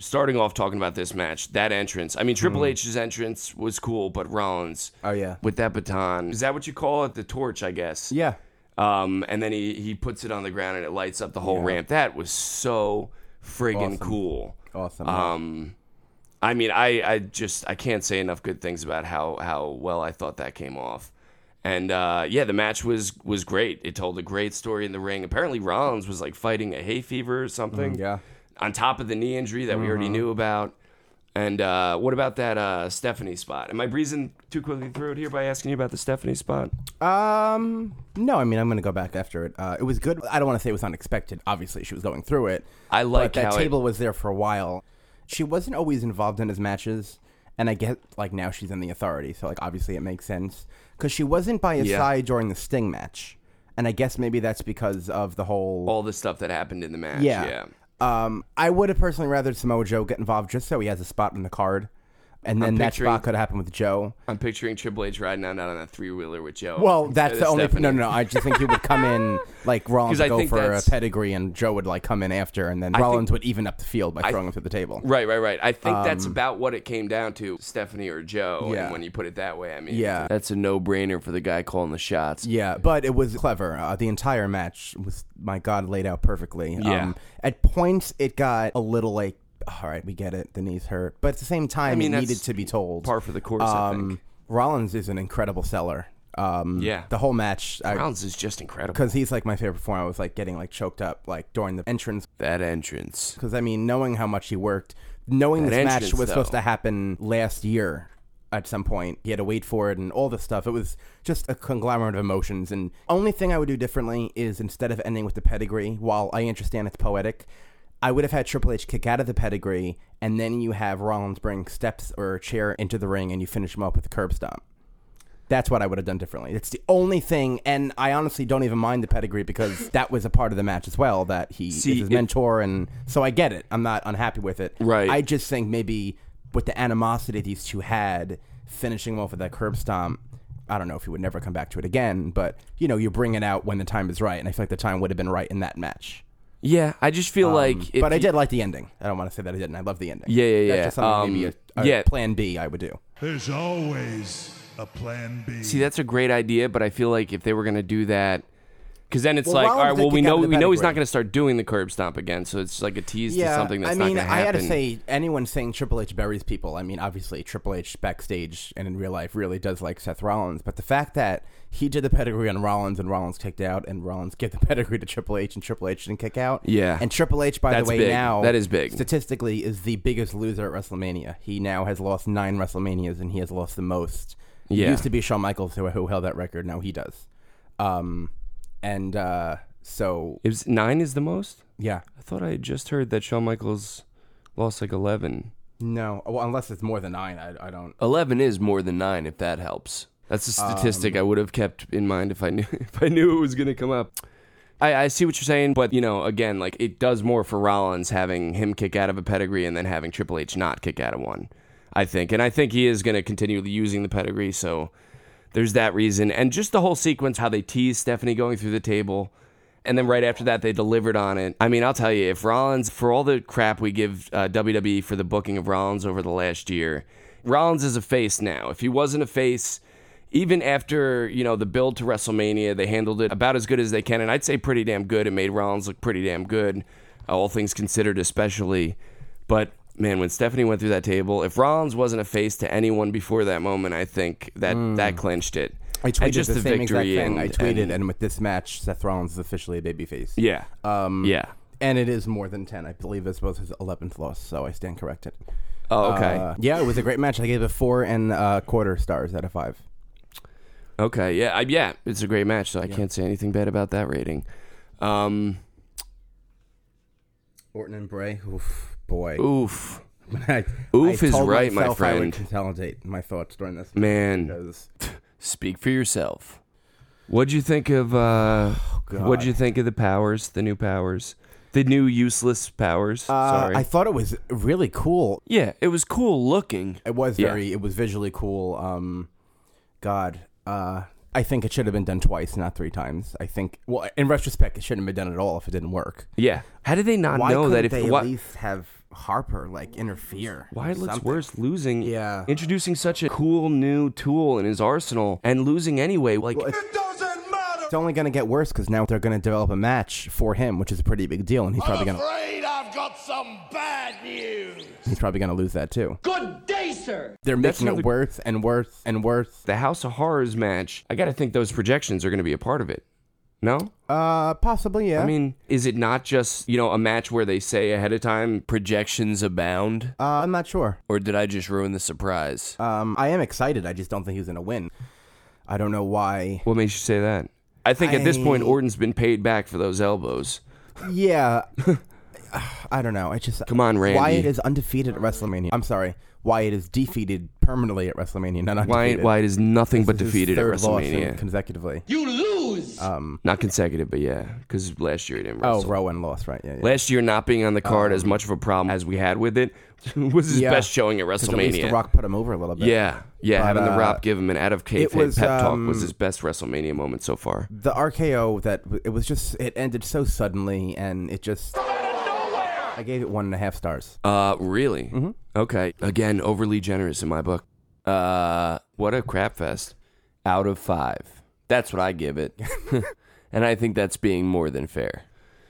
S5: Starting off talking about this match, that entrance. I mean, Triple H's entrance was cool, but Rollins.
S6: Hmm. Oh, yeah.
S5: With that baton, is that what you call it? The torch, I guess.
S6: Yeah.
S5: Um, and then he he puts it on the ground and it lights up the whole ramp. That was so friggin' cool.
S6: Awesome.
S5: Um, I mean, I, I just I can't say enough good things about how how well I thought that came off. And uh, yeah, the match was was great. It told a great story in the ring. Apparently, Rollins was like fighting a hay fever or something.
S6: Mm-hmm, yeah. Mm-hmm.
S5: On top of the knee injury that we already knew about. And uh, what about that uh, Stephanie spot? Am I breezing too quickly through it here by asking you about the Stephanie spot?
S6: Um, no, I mean, I'm gonna go back after it. Uh, it was good. I don't want to say it was unexpected. Obviously, she was going through it.
S5: I like
S6: but that
S5: how it-
S6: table was there for a while. She wasn't always involved in his matches, and I get like now she's in the authority, so like obviously it makes sense because she wasn't by his
S5: Yeah.
S6: side during the Sting match, and I guess maybe that's because of the whole.
S5: All the stuff that happened in the match.
S6: yeah.
S5: yeah.
S6: Um, I would have personally rather Samoa Joe get involved just so he has a spot in the card, and then that
S5: picturing-
S6: spot could happen with Joe.
S5: I'm picturing Triple H riding out on a three wheeler with Joe.
S6: Well,
S5: instead
S6: that's
S5: of
S6: the only.
S5: Stephanie.
S6: No, no, no. I just think he would come in like Rollins
S5: 'Cause I
S6: would go
S5: think
S6: for a
S5: that's-
S6: pedigree, and Joe would like come in after, and then
S5: think-
S6: Rollins would even up the field by throwing him through the table.
S5: Right, right, right. I think that's about what it came down to, Stephanie or Joe.
S6: Um, Yeah.
S5: And when you put it that way, I mean,
S6: Yeah.
S5: that's a no-brainer for the guy calling the shots.
S6: Yeah, but it was clever. Uh, the entire match was, my God, laid out perfectly. Um,
S5: Yeah.
S6: at points, it got a little like, all right, we get it. The knees hurt. But at the same time,
S5: mean,
S6: it
S5: that's
S6: needed to be told.
S5: par for the course, I
S6: Um,
S5: think.
S6: Rollins is an incredible seller. Um,
S5: Yeah.
S6: The whole match. I,
S5: Rounds is just incredible.
S6: because he's like my favorite performer. I was like getting like choked up like during the entrance
S5: That entrance.
S6: because I mean, knowing how much he worked, knowing
S5: That
S6: this match
S5: entrance,
S6: was supposed
S5: though.
S6: to happen last year at some point, he had to wait for it and all this stuff. It was just a conglomerate of emotions. And only thing I would do differently is instead of ending with the pedigree, while I understand it's poetic, I would have had Triple H kick out of the pedigree, and then you have Rollins bring steps or a chair into the ring, and you finish him up with a curb stomp. That's what I would have done differently. It's the only thing, and I honestly don't even mind the pedigree because that was a part of the match as well. That he
S5: See,
S6: is his
S5: it-
S6: mentor, and so I get it. I'm not unhappy with it.
S5: Right.
S6: I just think maybe with the animosity these two had, finishing him off with that curb stomp. I don't know if he would never come back to it again, but you know, you bring it out when the time is right, and I feel like the time would have been right in that match.
S5: Yeah, I just feel like. If
S6: Um, but I
S5: you-
S6: did like the ending. I don't want to say that I didn't. I love the ending.
S5: Yeah, yeah, yeah.
S6: That's just something maybe a,
S5: Um,
S6: a
S5: yeah.
S6: plan B I would do.
S2: There's always a plan B.
S5: See, that's a great idea, but I feel like if they were going to do that. Because then it's
S6: Well,
S5: like,
S6: Rollins
S5: all right,
S6: did
S5: well, we
S6: kick out
S5: know
S6: of the
S5: we know he's
S6: pedigree.
S5: not going to start doing the curb stomp again, so it's like a tease to something that's
S6: I mean,
S5: not going to
S6: I
S5: happen.
S6: gotta say, anyone saying Triple H buries people, I mean, obviously Triple H backstage and in real life really does like Seth Rollins, but the fact that he did the pedigree on Rollins and Rollins kicked out, and Rollins gave the pedigree to Triple H and Triple H didn't kick out,
S5: Yeah.
S6: and Triple H, by
S5: That's
S6: the way,
S5: big.
S6: now
S5: That is big.
S6: Statistically, is the biggest loser at WrestleMania. He now has lost nine WrestleManias, and he has lost the most.
S5: Yeah.
S6: It used to be Shawn Michaels who, who held that record. Now he does. Um, and uh, so
S5: It was, nine is the most?
S6: yeah,
S5: I thought I had just heard that Shawn Michaels lost like 11.
S6: no, well, unless it's more than nine, I, I don't.
S5: 11 is more than 9 if that helps that's a statistic i would have kept in mind if i knew if i knew it was going to come up I, I see what you're saying but you know again like it does more for rollins having him kick out of a pedigree and then having triple h not kick out of one i think and i think he is going to continue using the pedigree so there's that reason and just the whole sequence how they tease stephanie going through the table And then right after that, they delivered on it. I mean, I'll tell you, if Rollins, for all the crap we give uh, WWE for the booking of Rollins over the last year, Rollins is a face now. If he wasn't a face, even after you know the build to WrestleMania, they handled it about as good as they can, and I'd say pretty damn good. It made Rollins look pretty damn good, uh, all things considered, especially. But man, when Stephanie went through that table, if Rollins wasn't a face to anyone before that moment, I think that that clinched it.
S6: Mm. I tweeted
S5: and just the,
S6: the, same exact
S5: victory.
S6: thing. I
S5: and-
S6: tweeted, and,
S5: and-
S6: with this match, Seth Rollins is officially a babyface.
S5: yeah,
S6: Um,
S5: yeah.
S6: And it is more than 10. I believe this was his 11th loss, so I stand corrected.
S5: Oh, okay,
S6: Uh, yeah, it was a great match. I gave it four and uh, quarter stars out of five.
S5: okay, yeah, I, yeah. It's a great match, so I can't say anything bad about that rating. Um,
S6: Orton and Bray. Oof, boy.
S5: oof,
S6: I,
S5: Oof
S6: I
S5: is
S6: told
S5: right, my
S6: myself I would
S5: friend.
S6: consolidate my thoughts during this.
S5: man.
S6: Because
S5: Speak for yourself. What'd you think of? Uh,
S6: Oh, God.
S5: what'd you think of the powers? The new powers? The new useless powers?
S6: uh,
S5: Sorry.
S6: I thought it was really cool.
S5: yeah, it was cool looking.
S6: It was
S5: Yeah.
S6: very. It was visually cool. Um, God, uh, I think it should have been done twice, not three times. I think. Well, in retrospect, it shouldn't have been done at all if it didn't work.
S5: Yeah. How did they not know that if why-
S6: have Harper like interfere?
S5: why it looks worse losing?
S6: Yeah.
S5: introducing such a cool new tool in his arsenal and losing anyway. Like
S6: Well, It's only going to get worse because now they're going to develop a match for him, which is a pretty big deal, and he's probably going to
S2: Afraid I've got some bad news.
S6: he's probably going to lose that too.
S2: Good day, sir.
S6: They're
S5: That's
S6: making
S5: another-
S6: it worse and worse and worse.
S5: the House of Horrors match. I got to think those projections are going to be a part of it. No.
S6: Uh, possibly, yeah.
S5: I mean, is it not just, you know, a match where they say ahead of time projections abound?
S6: uh, I'm not sure.
S5: Or did I just ruin the surprise?
S6: Um, I am excited. I just don't think he's going to win. I don't know why.
S5: What makes you say that? I think at this point
S6: I-
S5: Orton's been paid back for those elbows.
S6: Yeah. I don't know. I just
S5: Come on, Randy.
S6: Why it is undefeated at WrestleMania? I'm sorry. Why it is defeated permanently at Wrestlemania? Not
S5: Wyatt
S6: undefeated.
S5: Wyatt is nothing but
S6: This is his
S5: defeated at
S6: third loss in-
S5: WrestleMania.
S6: consecutively?
S2: You lose.
S5: Not consecutive, but yeah, because last year he didn't
S6: Oh,
S5: wrestle.
S6: Rowan lost, right? Yeah. yeah.
S5: Last year not being on the card as much of a problem as we had with it was his
S6: Yeah.
S5: best showing at
S6: 'Cause At least
S5: WrestleMania.
S6: the Rock put him over a little bit.
S5: yeah, yeah,
S6: But,
S5: having the
S6: uh,
S5: Rock give him an out of kayfabe
S6: it was,
S5: pep talk
S6: um, Mm-hmm.
S5: was his best WrestleMania moment so far.
S6: the RKO that it was just it ended so suddenly and it just I gave it one and a half stars.
S5: Uh, really? Mm-hmm. Okay. Again, overly generous in my book. Uh, what a crap fest. Out of five. That's what I give it. and I think that's being more than fair.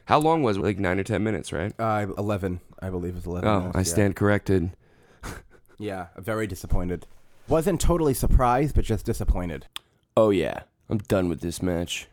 S5: How long was it? Like nine or ten minutes, right?
S6: Uh, eleven, I believe, is eleven.
S5: Oh,
S6: minutes,
S5: I
S6: yeah.
S5: stand corrected.
S6: Yeah, very disappointed. Wasn't totally surprised, but just disappointed.
S5: Oh, yeah. I'm done with this match.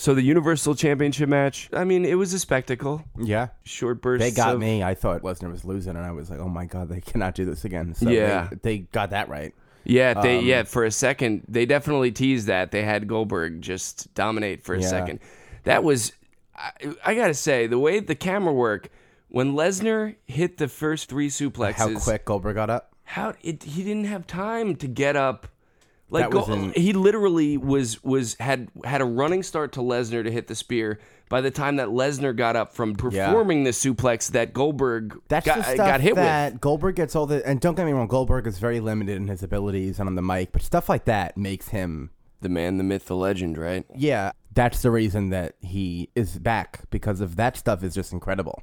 S5: So the Universal Championship match, I mean, it was a spectacle.
S6: Yeah,
S5: Short bursts.
S6: they got
S5: of-
S6: me. I thought Lesnar was losing, and I was like, "Oh my god, they cannot do this again." So
S5: Yeah.
S6: they, they got that right.
S5: Yeah,
S6: Um,
S5: they yeah, for a second they definitely teased that. They had Goldberg just dominate for a
S6: Yeah.
S5: second. That was I, I got to say the way the camera work when Lesnar hit the first three suplexes
S6: How quick Goldberg got up.
S5: how it, he didn't have time to get up like
S6: That was
S5: go-
S6: in-
S5: he literally was was had had a running start to Lesnar to hit the spear by the time that Lesnar got up from performing the suplex that Goldberg
S6: That's
S5: got, uh,
S6: the stuff
S5: got hit with.
S6: that Goldberg gets all the. And don't get me wrong, Goldberg is very limited in his abilities and on the mic, but stuff like that makes him
S5: The man, the myth, the legend, right?
S6: Yeah, that's the reason that he is back because of that stuff is just incredible.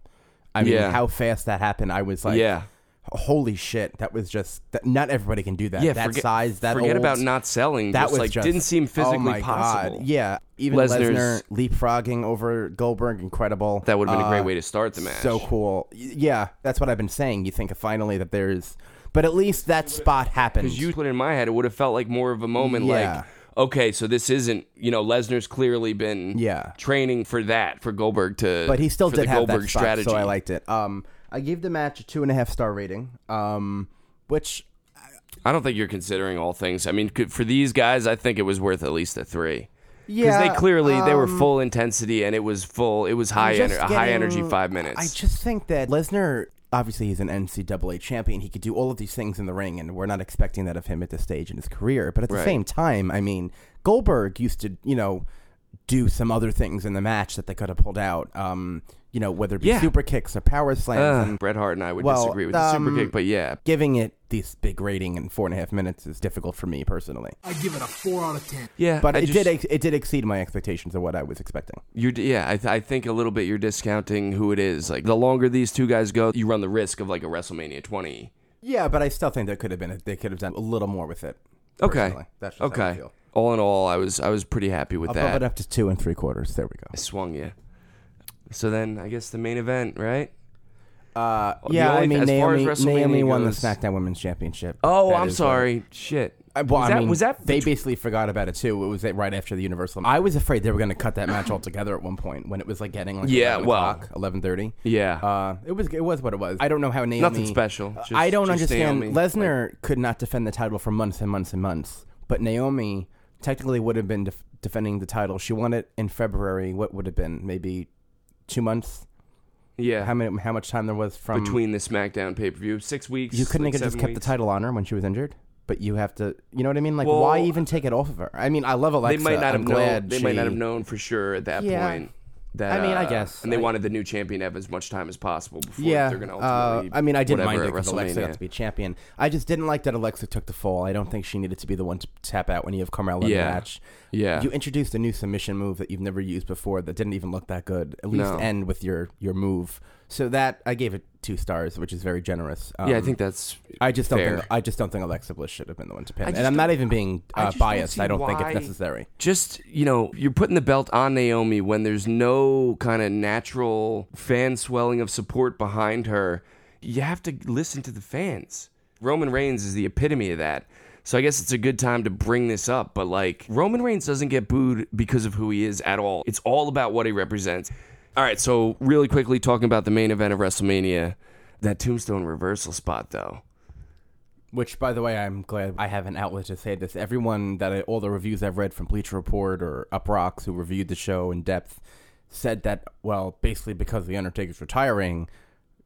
S6: I mean,
S5: Yeah.
S6: how fast that happened. I was like,
S5: Yeah.
S6: holy shit, that was just that, not everybody can do that.
S5: Yeah,
S6: that
S5: forget,
S6: size, that
S5: forget
S6: old,
S5: about not selling.
S6: That
S5: just,
S6: was
S5: like
S6: just-
S5: didn't seem physically
S6: oh my
S5: possible.
S6: God. Yeah, even
S5: Lesnar's-
S6: Lesnar leapfrogging over Goldberg, incredible.
S5: that would have been a great
S6: Uh,
S5: way to start the match.
S6: So cool. Y- Yeah, that's what I've been saying. You think finally that there's, but at least that spot happened.
S5: Because you put it in my head, it would have felt like more of a moment.
S6: Yeah.
S5: Like, okay, so this isn't you know Lesnar's clearly been
S6: Yeah.
S5: training for that for Goldberg to.
S6: but he still
S5: for
S6: did
S5: the
S6: have
S5: Goldberg
S6: that spot,
S5: strategy.
S6: so I liked it. Um, I gave the match a two and a half star rating, um, which
S5: I don't think you're considering all things. I mean, could- for these guys, I think it was worth at least a three. Because
S6: yeah,
S5: they clearly they were
S6: um,
S5: full intensity and it was full. It was high
S6: just
S5: ener- a high
S6: getting-
S5: energy five minutes.
S6: I just think that Lesnar, obviously, he's an NCAA champion. He could do all of these things in the ring, and we're not expecting that of him at this stage in his career. But at the
S5: Right.
S6: same time, I mean, Goldberg used to, you know. do some other things in the match that they could have pulled out. Um, you know, whether it be
S5: Yeah.
S6: super kicks or power slams.
S5: Uh,
S6: and
S5: Bret Hart and I would
S6: Well,
S5: disagree with the
S6: um,
S5: super kick, but yeah,
S6: giving it this big rating in four and a half minutes is difficult for me personally.
S1: I give it a four out of ten.
S5: yeah.
S6: But
S5: I
S6: it
S5: just-
S6: did ex- it did exceed my expectations of what I was expecting.
S5: You're, yeah, I, th- I think a little bit you're discounting who it is. Like the longer these two guys go, you run the risk of like a WrestleMania 20.
S6: Yeah, but I still think there could have been a, they could have done a little more with it.
S5: Okay,
S6: personally. That's just how I
S5: okay.
S6: feel.
S5: All in all, I was I was pretty happy with
S6: I'll bump
S5: that.
S6: it up to two and three quarters. There we go.
S5: I swung you. So then I guess the main event, right?
S6: Uh,
S5: The
S6: yeah, I
S5: only-
S6: mean
S5: as far as
S6: Naomi,
S5: WrestleMania
S6: Naomi won the
S5: goes-
S6: SmackDown Women's Championship.
S5: Oh,
S6: That
S5: I'm
S6: is
S5: sorry. Shit.
S6: I, well,
S5: was
S6: I
S5: that
S6: mean,
S5: was that
S6: they basically forgot about it too. It was like, right after the Universal. I was afraid they were going to cut that match altogether at one point when it was like getting like
S5: Yeah,
S6: 11
S5: well.
S6: o'clock, eleven thirty.
S5: Yeah.
S6: uh, it was it was what it was. I don't know how Naomi
S5: Nothing special,
S6: Uh,
S5: just-
S6: I don't
S5: just
S6: understand.
S5: Naomi,
S6: Lesnar could not defend the title for months and months and months, but Naomi technically would have been def- defending the title. She won it in February. What would have been maybe two months?
S5: yeah
S6: How many? How much time there was from
S5: between the SmackDown pay per view six weeks.
S6: You couldn't
S5: like
S6: have just
S5: seven
S6: kept the
S5: weeks.
S6: title on her when she was injured, but you have to. You know what I mean? Like,
S5: Well,
S6: why even take it off of her? I mean, I love Alexa.
S5: They might not
S6: I'm
S5: have
S6: glad
S5: known. They might
S6: she-
S5: not have known for sure at that
S6: Yeah.
S5: point. That,
S6: I mean, I
S5: uh,
S6: guess.
S5: And they
S6: I-
S5: wanted the new champion to have as much time as possible before
S6: Yeah,
S5: they're going to
S6: uh,
S5: ultimately.
S6: I mean, I didn't mind
S5: whatever
S6: it because
S5: at
S6: Alexa
S5: WrestleMania.
S6: got to be champion. I just didn't like that Alexa took the fall. I don't think she needed to be the one to tap out when you have Carmella in the
S5: Yeah.
S6: match.
S5: Yeah.
S6: you introduced a new submission move that you've never used before that didn't even look that good. At least
S5: No.
S6: end with your your move. So that I gave it two stars, which is very generous.
S5: yeah, I
S6: Um,
S5: think that's.
S6: I just don't
S5: fair.
S6: think I just don't think Alexa Bliss should have been the one to pin. And
S5: just
S6: I'm not
S5: don't-
S6: even being
S5: I
S6: uh,
S5: just don't
S6: biased.
S5: see
S6: I don't think
S5: why-
S6: it's necessary.
S5: just you know you're putting the belt on Naomi when there's no kind of natural fan swelling of support behind her. You have to listen to the fans. Roman Reigns is the epitome of that. So I guess it's a good time to bring this up, but like Roman Reigns doesn't get booed because of who he is at all. It's all about what he represents. All right, so really quickly talking about the main event of WrestleMania, that tombstone reversal spot though.
S6: Which, by the way, I'm glad I have an outlet to say this. Everyone that I, all the reviews I've read from Bleacher Report or Up Rocks who reviewed the show in depth said that, well, basically because The Undertaker's retiring,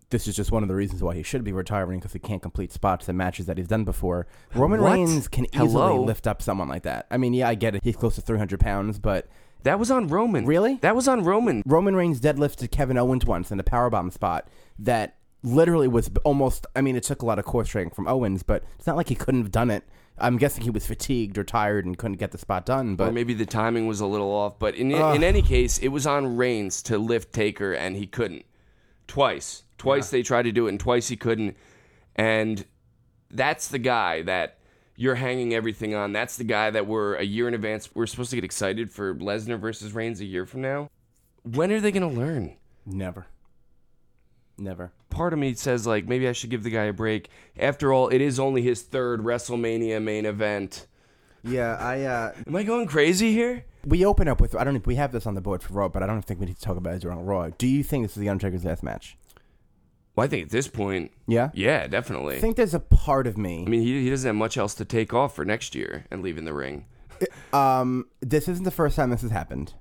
S6: this is just one of the reasons why he should be retiring because he can't complete spots and matches that he's done before. Roman
S5: What?
S6: Reigns can
S5: Hello?
S6: easily lift up someone like that. I mean, yeah, I get it. He's close to 300 pounds, but
S5: That was on Roman.
S6: Really?
S5: That was on Roman.
S6: Roman Reigns deadlifted Kevin Owens once in a powerbomb spot that literally was almost. I mean, it took a lot of core strength from Owens, but it's not like he couldn't have done it. I'm guessing he was fatigued or tired and couldn't get the spot done. But
S5: or maybe the timing was a little off. But in in any case, it was on Reigns to lift Taker, and he couldn't. Twice, twice they tried to do it, and twice he couldn't. And that's the guy that you're hanging everything on. That's the guy that we're a year in advance. We're supposed to get excited for Lesnar versus Reigns a year from now. When are they going to learn?
S6: never, never.
S5: part of me says like maybe I should give the guy a break. After all, it is only his third WrestleMania main event.
S6: Yeah, I. uh
S5: Am I going crazy here?
S6: We open up with. I don't. know if We have this on the board for Raw, but I don't think we need to talk about it during Raw. Do you think this is the Undertaker's last match?
S5: Well, I think at this point,
S6: Yeah.
S5: yeah, definitely.
S6: I think there's a part of me.
S5: I mean, he, he doesn't have much else to take off for next year and leaving the ring.
S6: Um, this isn't the first time this has happened.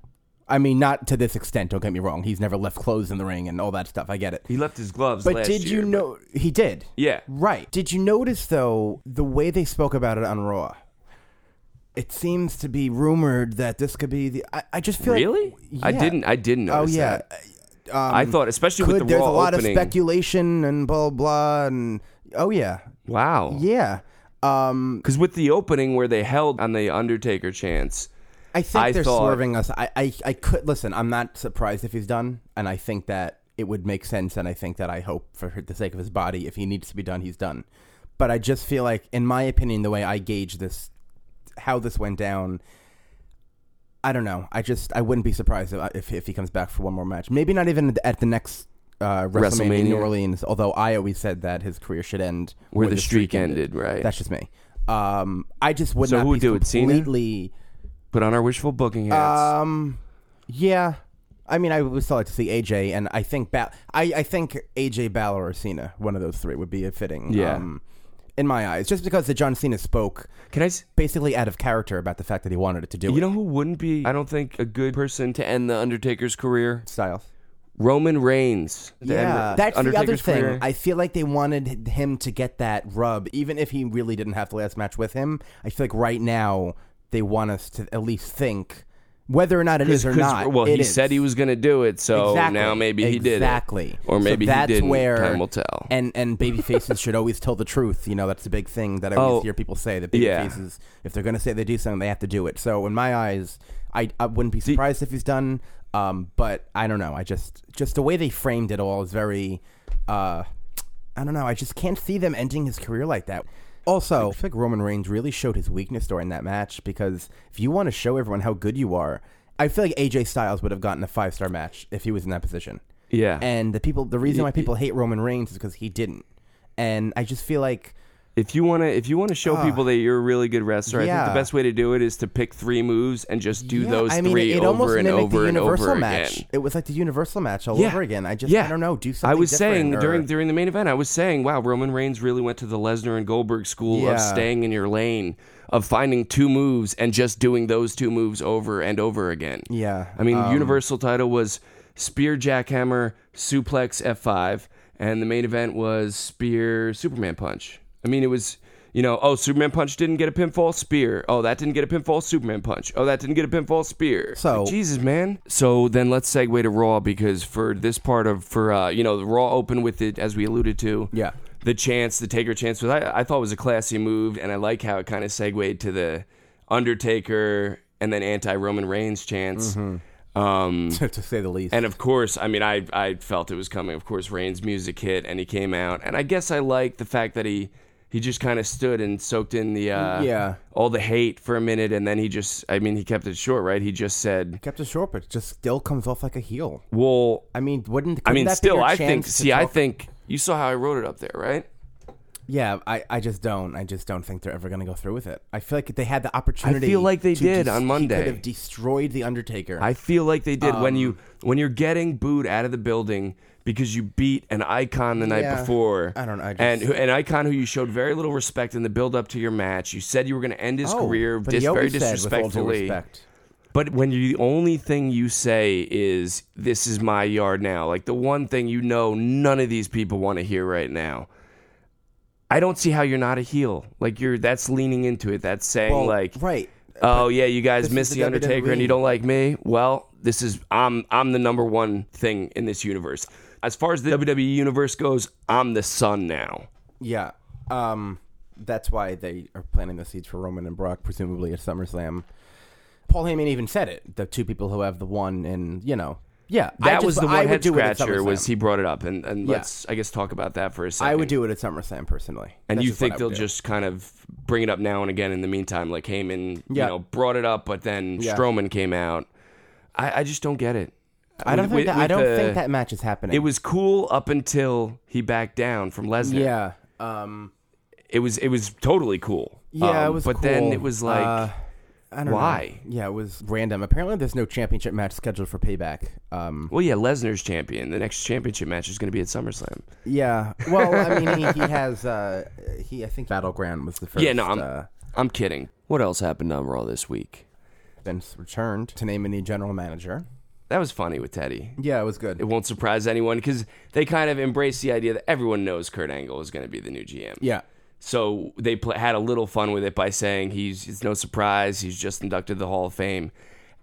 S6: I mean, not to this extent. Don't get me wrong. He's never left clothes in the ring and all that stuff. I get it.
S5: He left his gloves.
S6: But
S5: last
S6: did
S5: year,
S6: you
S5: but-
S6: know he did?
S5: Yeah.
S6: Right. Did you notice though the way they spoke about it on Raw? It seems to be rumored that this could be the. I, I just feel like-
S5: Really? I
S6: Yeah.
S5: didn't. I didn't
S6: Oh
S5: notice.
S6: yeah.
S5: that.
S6: Um,
S5: I thought, especially
S6: could
S5: with the
S6: there's
S5: Raw
S6: a lot
S5: opening.
S6: of speculation and blah blah and oh yeah
S5: wow.
S6: yeah. Um,
S5: Because with the opening where they held on the Undertaker chance,
S6: I think
S5: I
S6: they're
S5: thought-
S6: swerving us. I, I, I could listen. I'm not surprised if he's done, and I think that it would make sense. And I think that I hope for the sake of his body, if he needs to be done, he's done. But I just feel like, in my opinion, the way I gauge this, how this went down, I don't know. I just I wouldn't be surprised if if, if he comes back for one more match. Maybe not even at the next. Uh, WrestleMania, in New
S5: WrestleMania.
S6: Orleans. Although I always said that his career should end
S5: Where
S6: when
S5: the streak ended, right.
S6: That's just me. Um, I just would
S5: So
S6: not
S5: who
S6: be
S5: would do it, Cena?
S6: completely.
S5: put on our wishful booking hats.
S6: Um, yeah. I mean, I would still like to see AJ, and I think ba- I, I think AJ Balor or Cena, one of those three, would be a fitting.
S5: Yeah.
S6: Um, in my eyes, just because the John Cena spoke
S5: Can I? s-
S6: basically out of character about the fact that he wanted it to do
S5: You
S6: it.
S5: know who wouldn't be? I don't think a good person to end the Undertaker's career.
S6: Styles.
S5: Roman Reigns. To end
S6: Yeah, that's the other
S5: Undertaker's
S6: thing.
S5: career.
S6: I feel like they wanted him to get that rub, even if he really didn't have the last match with him. I feel like right now they want us to at least think whether or not it is or
S5: Chris-
S6: not.
S5: well,
S6: it
S5: he
S6: is.
S5: said he was going to do it, so
S6: Exactly.
S5: now maybe he did it.
S6: exactly,
S5: or
S6: So
S5: maybe
S6: that's
S5: he didn't.
S6: Where
S5: Time will tell.
S6: And and baby faces should always tell the truth. You know, that's the big thing that I always
S5: Oh,
S6: hear people say. That baby
S5: yeah.
S6: faces, if they're going to say they do something, they have to do it. So in my eyes, I, I wouldn't be surprised if he's done. Um, but I don't know. I just just the way they framed it all is very. Uh, I don't know. I just can't see them ending his career like that. Also, I feel like Roman Reigns really showed his weakness during that match because if you want to show everyone how good you are, I feel like AJ Styles would have gotten a five star match if he was in that position.
S5: Yeah.
S6: And the people, the reason why people hate Roman Reigns is because he didn't. And I just feel like
S5: If you want to, if you want to show people that you're a really good wrestler, I think
S6: Ah. Yeah.
S5: the best way to do it is to pick three moves and just do
S6: Yeah,
S5: those
S6: I mean,
S5: three
S6: it, it
S5: over
S6: almost
S5: and
S6: mimicked
S5: over
S6: the
S5: and
S6: Universal
S5: over
S6: match.
S5: again.
S6: It was like the Universal match all over again. I just,
S5: yeah.
S6: I don't know, do something.
S5: I was
S6: different
S5: saying
S6: or-
S5: during during the main event, I was saying, wow, Roman Reigns really went to the Lesnar and Goldberg school
S6: Yeah.
S5: of staying in your lane, of finding two moves and just doing those two moves over and over again.
S6: Yeah, um,
S5: I mean, the Universal title was Spear Jackhammer Suplex F5, and the main event was Spear Superman Punch. I mean, it was. You know, oh, Superman punch didn't get a pinfall spear. Oh, that didn't get a pinfall Superman punch. Oh, that didn't get a pinfall spear.
S6: So-
S5: Like, Jesus, man. So then let's segue to Raw because for this part of for uh, you know the Raw opened with it as we alluded to.
S6: Yeah.
S5: The chance, the Taker chance, was I, I thought was a classy move, and I like how it kind of segued to the Undertaker and then anti Roman Reigns chance. Um,
S6: to say the least.
S5: and of course, I mean, I I felt it was coming. Of course, Reigns' music hit, and he came out, and I guess I liked the fact that he he just kind of stood and soaked in the uh,
S6: Yeah.
S5: all the hate for a minute, and then he just I mean, he kept it short, right? He just said,
S6: kept it short, but just still comes off like a heel.
S5: "Well,
S6: I mean, wouldn't
S5: I
S6: couldn't
S5: mean,
S6: that be
S5: still,
S6: your
S5: I
S6: chance
S5: think.
S6: to
S5: See, I
S6: talk-
S5: think you saw how I wrote it up there, right?
S6: Yeah, I, I just don't. I just don't think they're ever going to go through with it. I feel like they had the opportunity.
S5: feel like they
S6: to
S5: did
S6: des-
S5: on
S6: he
S5: Monday.
S6: Could have destroyed the Undertaker.
S5: I feel like they did when you when you're getting booed out of the building because you beat an icon the night
S6: Yeah.
S5: before.
S6: I don't know, I just-
S5: and who- an icon who you showed very little respect in the build up to your match. You said you were going to end his
S6: Oh,
S5: career
S6: but
S5: dis-
S6: he
S5: very
S6: always said, with all due
S5: disrespectfully.
S6: respect.
S5: But when you, the only thing you say is "This is my yard now," like the one thing you know none of these people want to hear right now. I don't see how you're not a heel. Like you're that's leaning into it. That's saying
S6: Well,
S5: like
S6: right.
S5: Oh yeah, you guys
S6: this
S5: missed
S6: is
S5: the
S6: the E.
S5: Undertaker and
S6: WWE.
S5: you don't like me? Well, this is I'm I'm the number one thing in this universe. As far as the WWE universe goes, I'm the sun now.
S6: Yeah. Um, that's why they are planting the seeds for Roman and Brock, presumably at SummerSlam. Paul Heyman even said it. The two people who have the one, and you know, yeah, I
S5: That
S6: just-
S5: was the
S6: I
S5: one
S6: would
S5: head
S6: do it at
S5: scratcher
S6: SummerSlam.
S5: was he brought it up and, and
S6: Yeah.
S5: let's I guess talk about that for a second.
S6: I would do it at SummerSlam personally.
S5: And
S6: That's
S5: you
S6: just what I
S5: think
S6: would
S5: they'll
S6: do.
S5: just kind of bring it up now and again in the meantime, like Heyman,
S6: Yeah.
S5: you know, brought it up, but then
S6: Yeah.
S5: Strowman came out. I, I just don't get it.
S6: I don't
S5: With-
S6: think
S5: with-
S6: that, I
S5: with
S6: don't
S5: the-
S6: think that match is happening.
S5: It was cool up until he backed down from Lesnar.
S6: yeah. Um,
S5: it was it was totally cool.
S6: Yeah,
S5: Um,
S6: it was
S5: But then
S6: cool.
S5: it was like,
S6: Uh, I don't know.
S5: Why?
S6: Yeah, it was random. Apparently, there's no championship match scheduled for Payback. Um,
S5: well, yeah, Lesnar's champion. The next championship match is going to be at SummerSlam.
S6: yeah. Well, I mean, he, he has. Uh, he I think Battleground was the first.
S5: yeah, no, I'm
S6: uh,
S5: I'm kidding. What else happened on Raw this week?
S6: Vince returned to name a new general manager.
S5: That was funny with Teddy.
S6: Yeah, it was good.
S5: It won't surprise anyone because they kind of embrace the idea that everyone knows Kurt Angle is going to be the new GM.
S6: yeah,
S5: So they pl- had a little fun with it by saying he's it's no surprise he's just inducted to the Hall of Fame,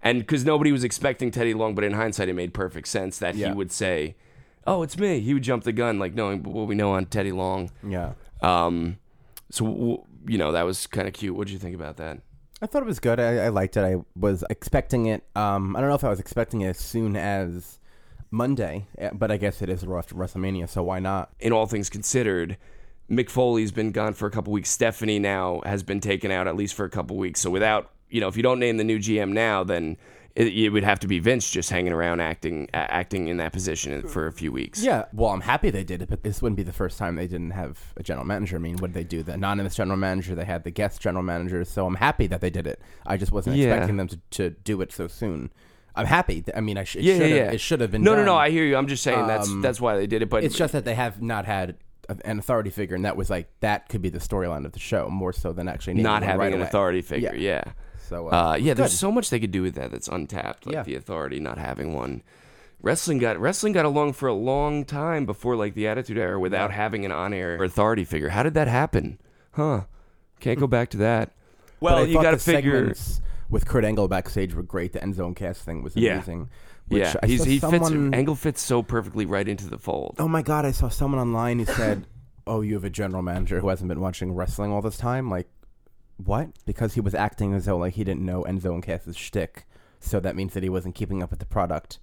S5: and because nobody was expecting Teddy Long, but in hindsight it made perfect sense that
S6: Yeah.
S5: he would say, "Oh, it's me." He would jump the gun, like knowing what we know on Teddy Long.
S6: yeah.
S5: Um, so w- you know that was kind of cute. What would you think about that?
S6: I thought it was good. I, I liked it. I was expecting it. Um, I don't know if I was expecting it as soon as Monday, eh, but I guess it is Raw after WrestleMania, so why not?
S5: in all things considered, Mick Foley's been gone for a couple weeks. Stephanie now has been taken out at least for a couple weeks. So without, you know, if you don't name the new GM now, then it, it would have to be Vince just hanging around acting a- acting in that position for a few weeks.
S6: Yeah. Well, I'm happy they did it, but this wouldn't be the first time they didn't have a general manager. I mean, what did they do? The anonymous general manager, they had the guest general manager, so I'm happy that they did it. I just wasn't
S5: Yeah.
S6: expecting them to, to do it so soon. I'm happy. that- I mean, I sh- it
S5: Yeah, yeah,
S6: should have
S5: yeah.
S6: it should have been
S5: No,
S6: done.
S5: no, no. I hear you. I'm just saying that's that's why they did it. But
S6: It's just that they have not had a- an authority figure, and that was like that could be the storyline of the show more so than actually naming
S5: not
S6: one
S5: having
S6: right
S5: an
S6: away.
S5: authority figure. Yeah.
S6: So, uh,
S5: Uh, yeah, there's
S6: good.
S5: so much they could do with that that's untapped, like
S6: Yeah.
S5: the authority not having one. Wrestling got wrestling got along for a long time before like the Attitude Era without having an on-air authority figure. How did that happen? Huh? Can't go back to that.
S6: But I
S5: Well, you
S6: thought
S5: got to
S6: the
S5: figure
S6: segments with Kurt Angle backstage were great. The end zone cast thing was
S5: Yeah.
S6: amazing. Which
S5: Yeah,
S6: I
S5: he's,
S6: saw
S5: he
S6: someone-
S5: fits. Angle fits so perfectly right into the fold.
S6: Oh my god, I saw someone online who said, "Oh, you have a general manager who hasn't been watching wrestling all this time." Like, what? Because he was acting as though like he didn't know Enzo and Cass's shtick, so that means that he wasn't keeping up with the product.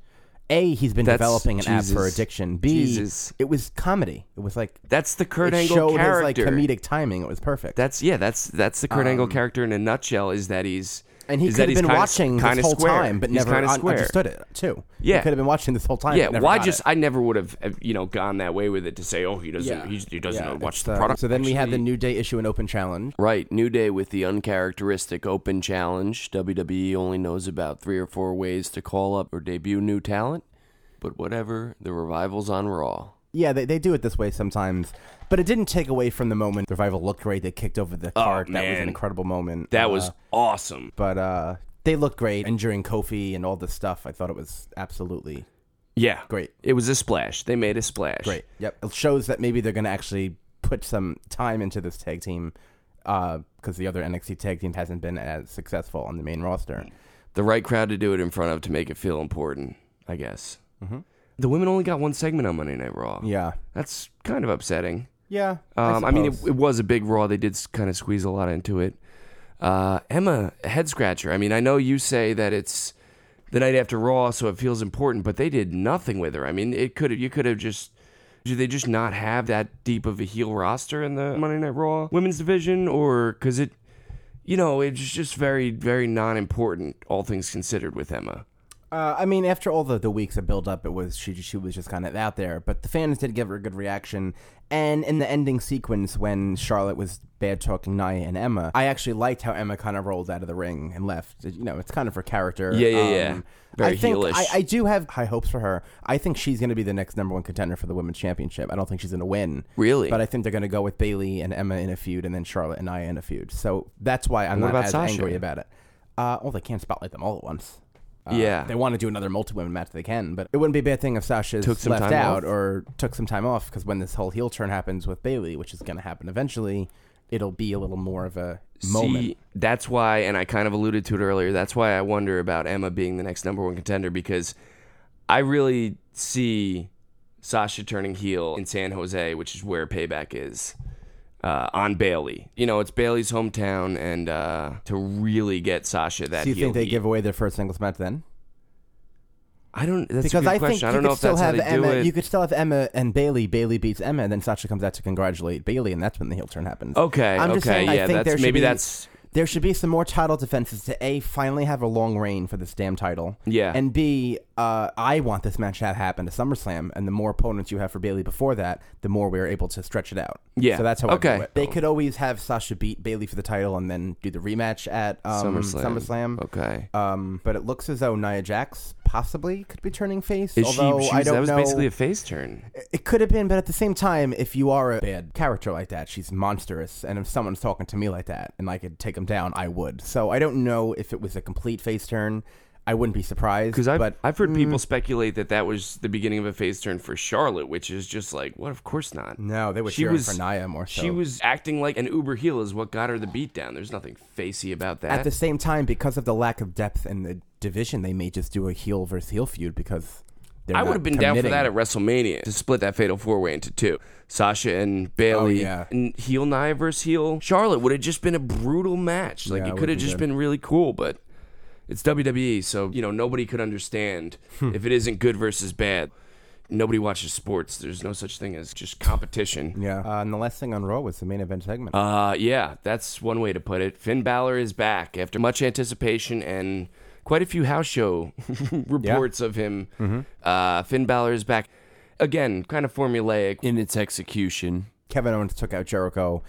S6: A, he's been
S5: That's-
S6: developing an app for
S5: Jesus.
S6: addiction. B,
S5: Jesus.
S6: it was comedy. It was like
S5: That's the Kurt
S6: it
S5: Angle
S6: showed
S5: character.
S6: his like comedic timing. It was perfect.
S5: That's yeah. That's that's the Kurt Angle character in a nutshell. Is that he's
S6: and he
S5: is
S6: could
S5: that
S6: have
S5: he's
S6: been
S5: kinda-
S6: watching
S5: kinda
S6: this whole
S5: square.
S6: time, but
S5: He's
S6: never
S5: kinda
S6: un-
S5: square.
S6: understood it too.
S5: Yeah.
S6: he could have been watching this whole time.
S5: Yeah,
S6: but never
S5: why
S6: got
S5: just?
S6: it.
S5: I never would have uh, you know gone that way with it to say, oh, he doesn't.
S6: Yeah.
S5: He, he doesn't
S6: Yeah,
S5: know watch
S6: it's,
S5: the
S6: uh,
S5: product.
S6: So then we had the
S5: Actually-
S6: new day issue an open challenge.
S5: Right, New Day with the uncharacteristic open challenge. WWE only knows about three or four ways to call up or debut new talent, but whatever, the revival's on Raw.
S6: Yeah, they, they do it this way sometimes, but it didn't take away from the moment. The Revival looked great. They kicked over the cart. that was
S5: Oh, man.
S6: an incredible moment.
S5: That
S6: Uh,
S5: was awesome.
S6: but uh, they looked great. And during Kofi and all this stuff, I thought it was absolutely
S5: Yeah.
S6: Great.
S5: It was a splash. They made a splash.
S6: great. Yep, it shows that maybe they're going to actually put some time into this tag team because the other NXT tag team hasn't been as successful on the main roster.
S5: The right crowd to do it in front of to make it feel important, I guess. Mm-hmm. The women only got one segment on Monday Night Raw.
S6: Yeah,
S5: That's kind of upsetting.
S6: yeah.
S5: Um, I, mean, it,
S6: suppose.
S5: it was a big Raw. They did kind of squeeze a lot into it. Uh, Emma, head scratcher. I mean, I know you say that it's the night after Raw, so it feels important, but they did nothing with her. I mean, it could have you could have just. Do they just not have that deep of a heel roster in the Monday Night Raw women's division, or because it, you know, it's just very, very non-important, all things considered, with Emma.
S6: Uh, I mean, after all the, the weeks of build up, it was she she was just kind of out there. But the fans did give her a good reaction, and in the ending sequence when Charlotte was bad talking Nia and Emma, I actually liked how Emma kind of rolled out of the ring and left. It- You know, it's kind of her character. Um,
S5: Yeah, yeah, yeah. Very
S6: I think
S5: heelish.
S6: I, I do have high hopes for her. I think she's going to be the next number one contender for the women's championship. I don't think she's going to win,
S5: Really?
S6: but I think they're going to go with Bailey and Emma in a feud, and then Charlotte and Nia in a feud. So that's why I'm
S5: What
S6: not
S5: about
S6: as
S5: Sasha?
S6: angry about it. Uh, well, they can't spotlight them all at once
S5: yeah,
S6: Uh, they want to do another multi women match, they can. But it wouldn't be a bad thing if Sasha
S5: Took some
S6: left
S5: time
S6: out
S5: off?
S6: or took some time off because when this whole heel turn happens with Bailey, which is going to happen eventually, it'll be a little more of a moment.
S5: See, that's why, and I kind of alluded to it earlier. That's why I wonder about Emma being the next number one contender because I really see Sasha turning heel in San Jose, which is where Payback is. Uh, on Bailey, you know it's Bailey's hometown, and uh, to really get Sasha that
S6: Do you
S5: heel
S6: think they
S5: heat.
S6: give away their first singles match then?
S5: I don't. That's a
S6: Because
S5: good
S6: I
S5: question.
S6: think
S5: I
S6: you
S5: don't
S6: could
S5: know if
S6: still
S5: that's how
S6: have
S5: they do
S6: Emma.
S5: it.
S6: You could still have Emma and Bailey. Bailey beats Emma, and then Sasha comes out to congratulate Bailey, and that's when the heel turn happens.
S5: Okay,
S6: I'm just
S5: okay,
S6: saying, I
S5: yeah,
S6: think
S5: that's-
S6: there should
S5: maybe
S6: be-
S5: that's-
S6: there should be some more title defenses to a finally have a long reign for this damn title.
S5: Yeah.
S6: and B, uh, I want this match to have happened to SummerSlam, and the more opponents you have for Bailey before that, the more we're able to stretch it out.
S5: Yeah,
S6: so that's how I
S5: okay.
S6: do it. They could always have Sasha beat Bailey for the title and then do the rematch at um,
S5: SummerSlam.
S6: SummerSlam.
S5: Okay.
S6: Um, but it looks as though Nia Jax possibly could be turning face.
S5: Is
S6: although
S5: she?
S6: I
S5: she's-
S6: don't
S5: that was
S6: know.
S5: basically a face turn.
S6: It could have been, but at the same time, if you are a bad character like that, she's monstrous, and if someone's talking to me like that and I could take them down, I would. So I don't know if it was a complete face turn. I wouldn't be surprised.
S5: Because I've,
S6: but mm.
S5: I've heard people speculate that that was the beginning of a phase turn for Charlotte, which is just like, what? Of course not.
S6: No, they were
S5: she
S6: cheering
S5: was,
S6: for Nia more
S5: She
S6: so.
S5: was acting like an uber heel is what got her the beatdown. There's nothing facey about that.
S6: at the same time, because of the lack of depth in the division, they may just do a heel versus heel feud because they're
S5: I
S6: not
S5: would have been down for
S6: committing.
S5: that at WrestleMania to split that Fatal Four Way into two. Sasha and Bailey,
S6: Oh, yeah.
S5: and heel Nia versus heel Charlotte would have just been a brutal match. Like it
S6: Yeah, it
S5: could have
S6: would've
S5: just
S6: been
S5: been really cool, but it's WWE, so you know nobody could understand
S6: Hmm.
S5: if it isn't good versus bad. Nobody watches sports. There's no such thing as just competition.
S6: Yeah. Uh, and the last thing on Raw was the main event segment.
S5: Uh, yeah, that's one way to put it. Finn Balor is back after much anticipation and quite a few house show reports of him. Uh, Finn Balor is back. Again, kind of formulaic in its execution.
S6: Kevin Owens took out Jericho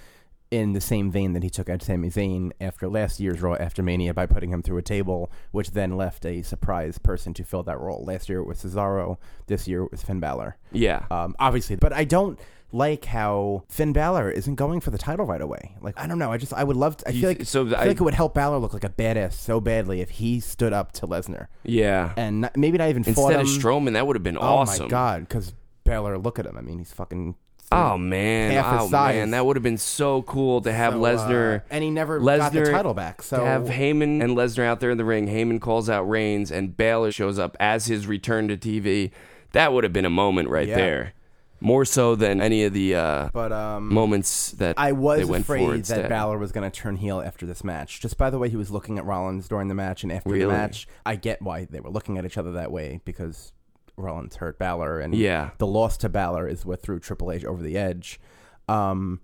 S6: in the same vein that he took out Sami Zayn after last year's Raw after Mania by putting him through a table, which then left a surprise person to fill that role. Last year it was Cesaro, this year it was Finn Balor.
S5: Yeah.
S6: Um, obviously, but I don't like how Finn Balor isn't going for the title right away. Like I don't know, I just I would love to, I
S5: You
S6: feel
S5: th-
S6: like
S5: so
S6: I feel
S5: I-
S6: like it would help Balor look like a badass so badly if he stood up to Lesnar.
S5: yeah.
S6: And not, maybe not even fought
S5: Instead of
S6: him.
S5: Strowman, that would have been
S6: Oh
S5: awesome.
S6: my god! Because Balor, look at him. I mean, he's fucking
S5: Oh man,
S6: Half
S5: oh
S6: his size.
S5: man, that would have been so cool to have
S6: So,
S5: Lesnar,
S6: uh, and he never got the title back, so-
S5: to have Heyman and Lesnar out there in the ring, Heyman calls out Reigns, and Balor shows up as his return to TV. That would have been a moment right
S6: Yeah.
S5: there, more so than any of the uh,
S6: But um,
S5: moments that
S6: I was
S5: they went for
S6: afraid that
S5: instead.
S6: Balor was going to turn heel after this match. Just by the way he was looking at Rollins during the match and after
S5: Really?
S6: the match, I get why they were looking at each other that way because Rollins hurt Balor, and
S5: Yeah.
S6: the loss to Balor is what threw Triple H over the edge. Um,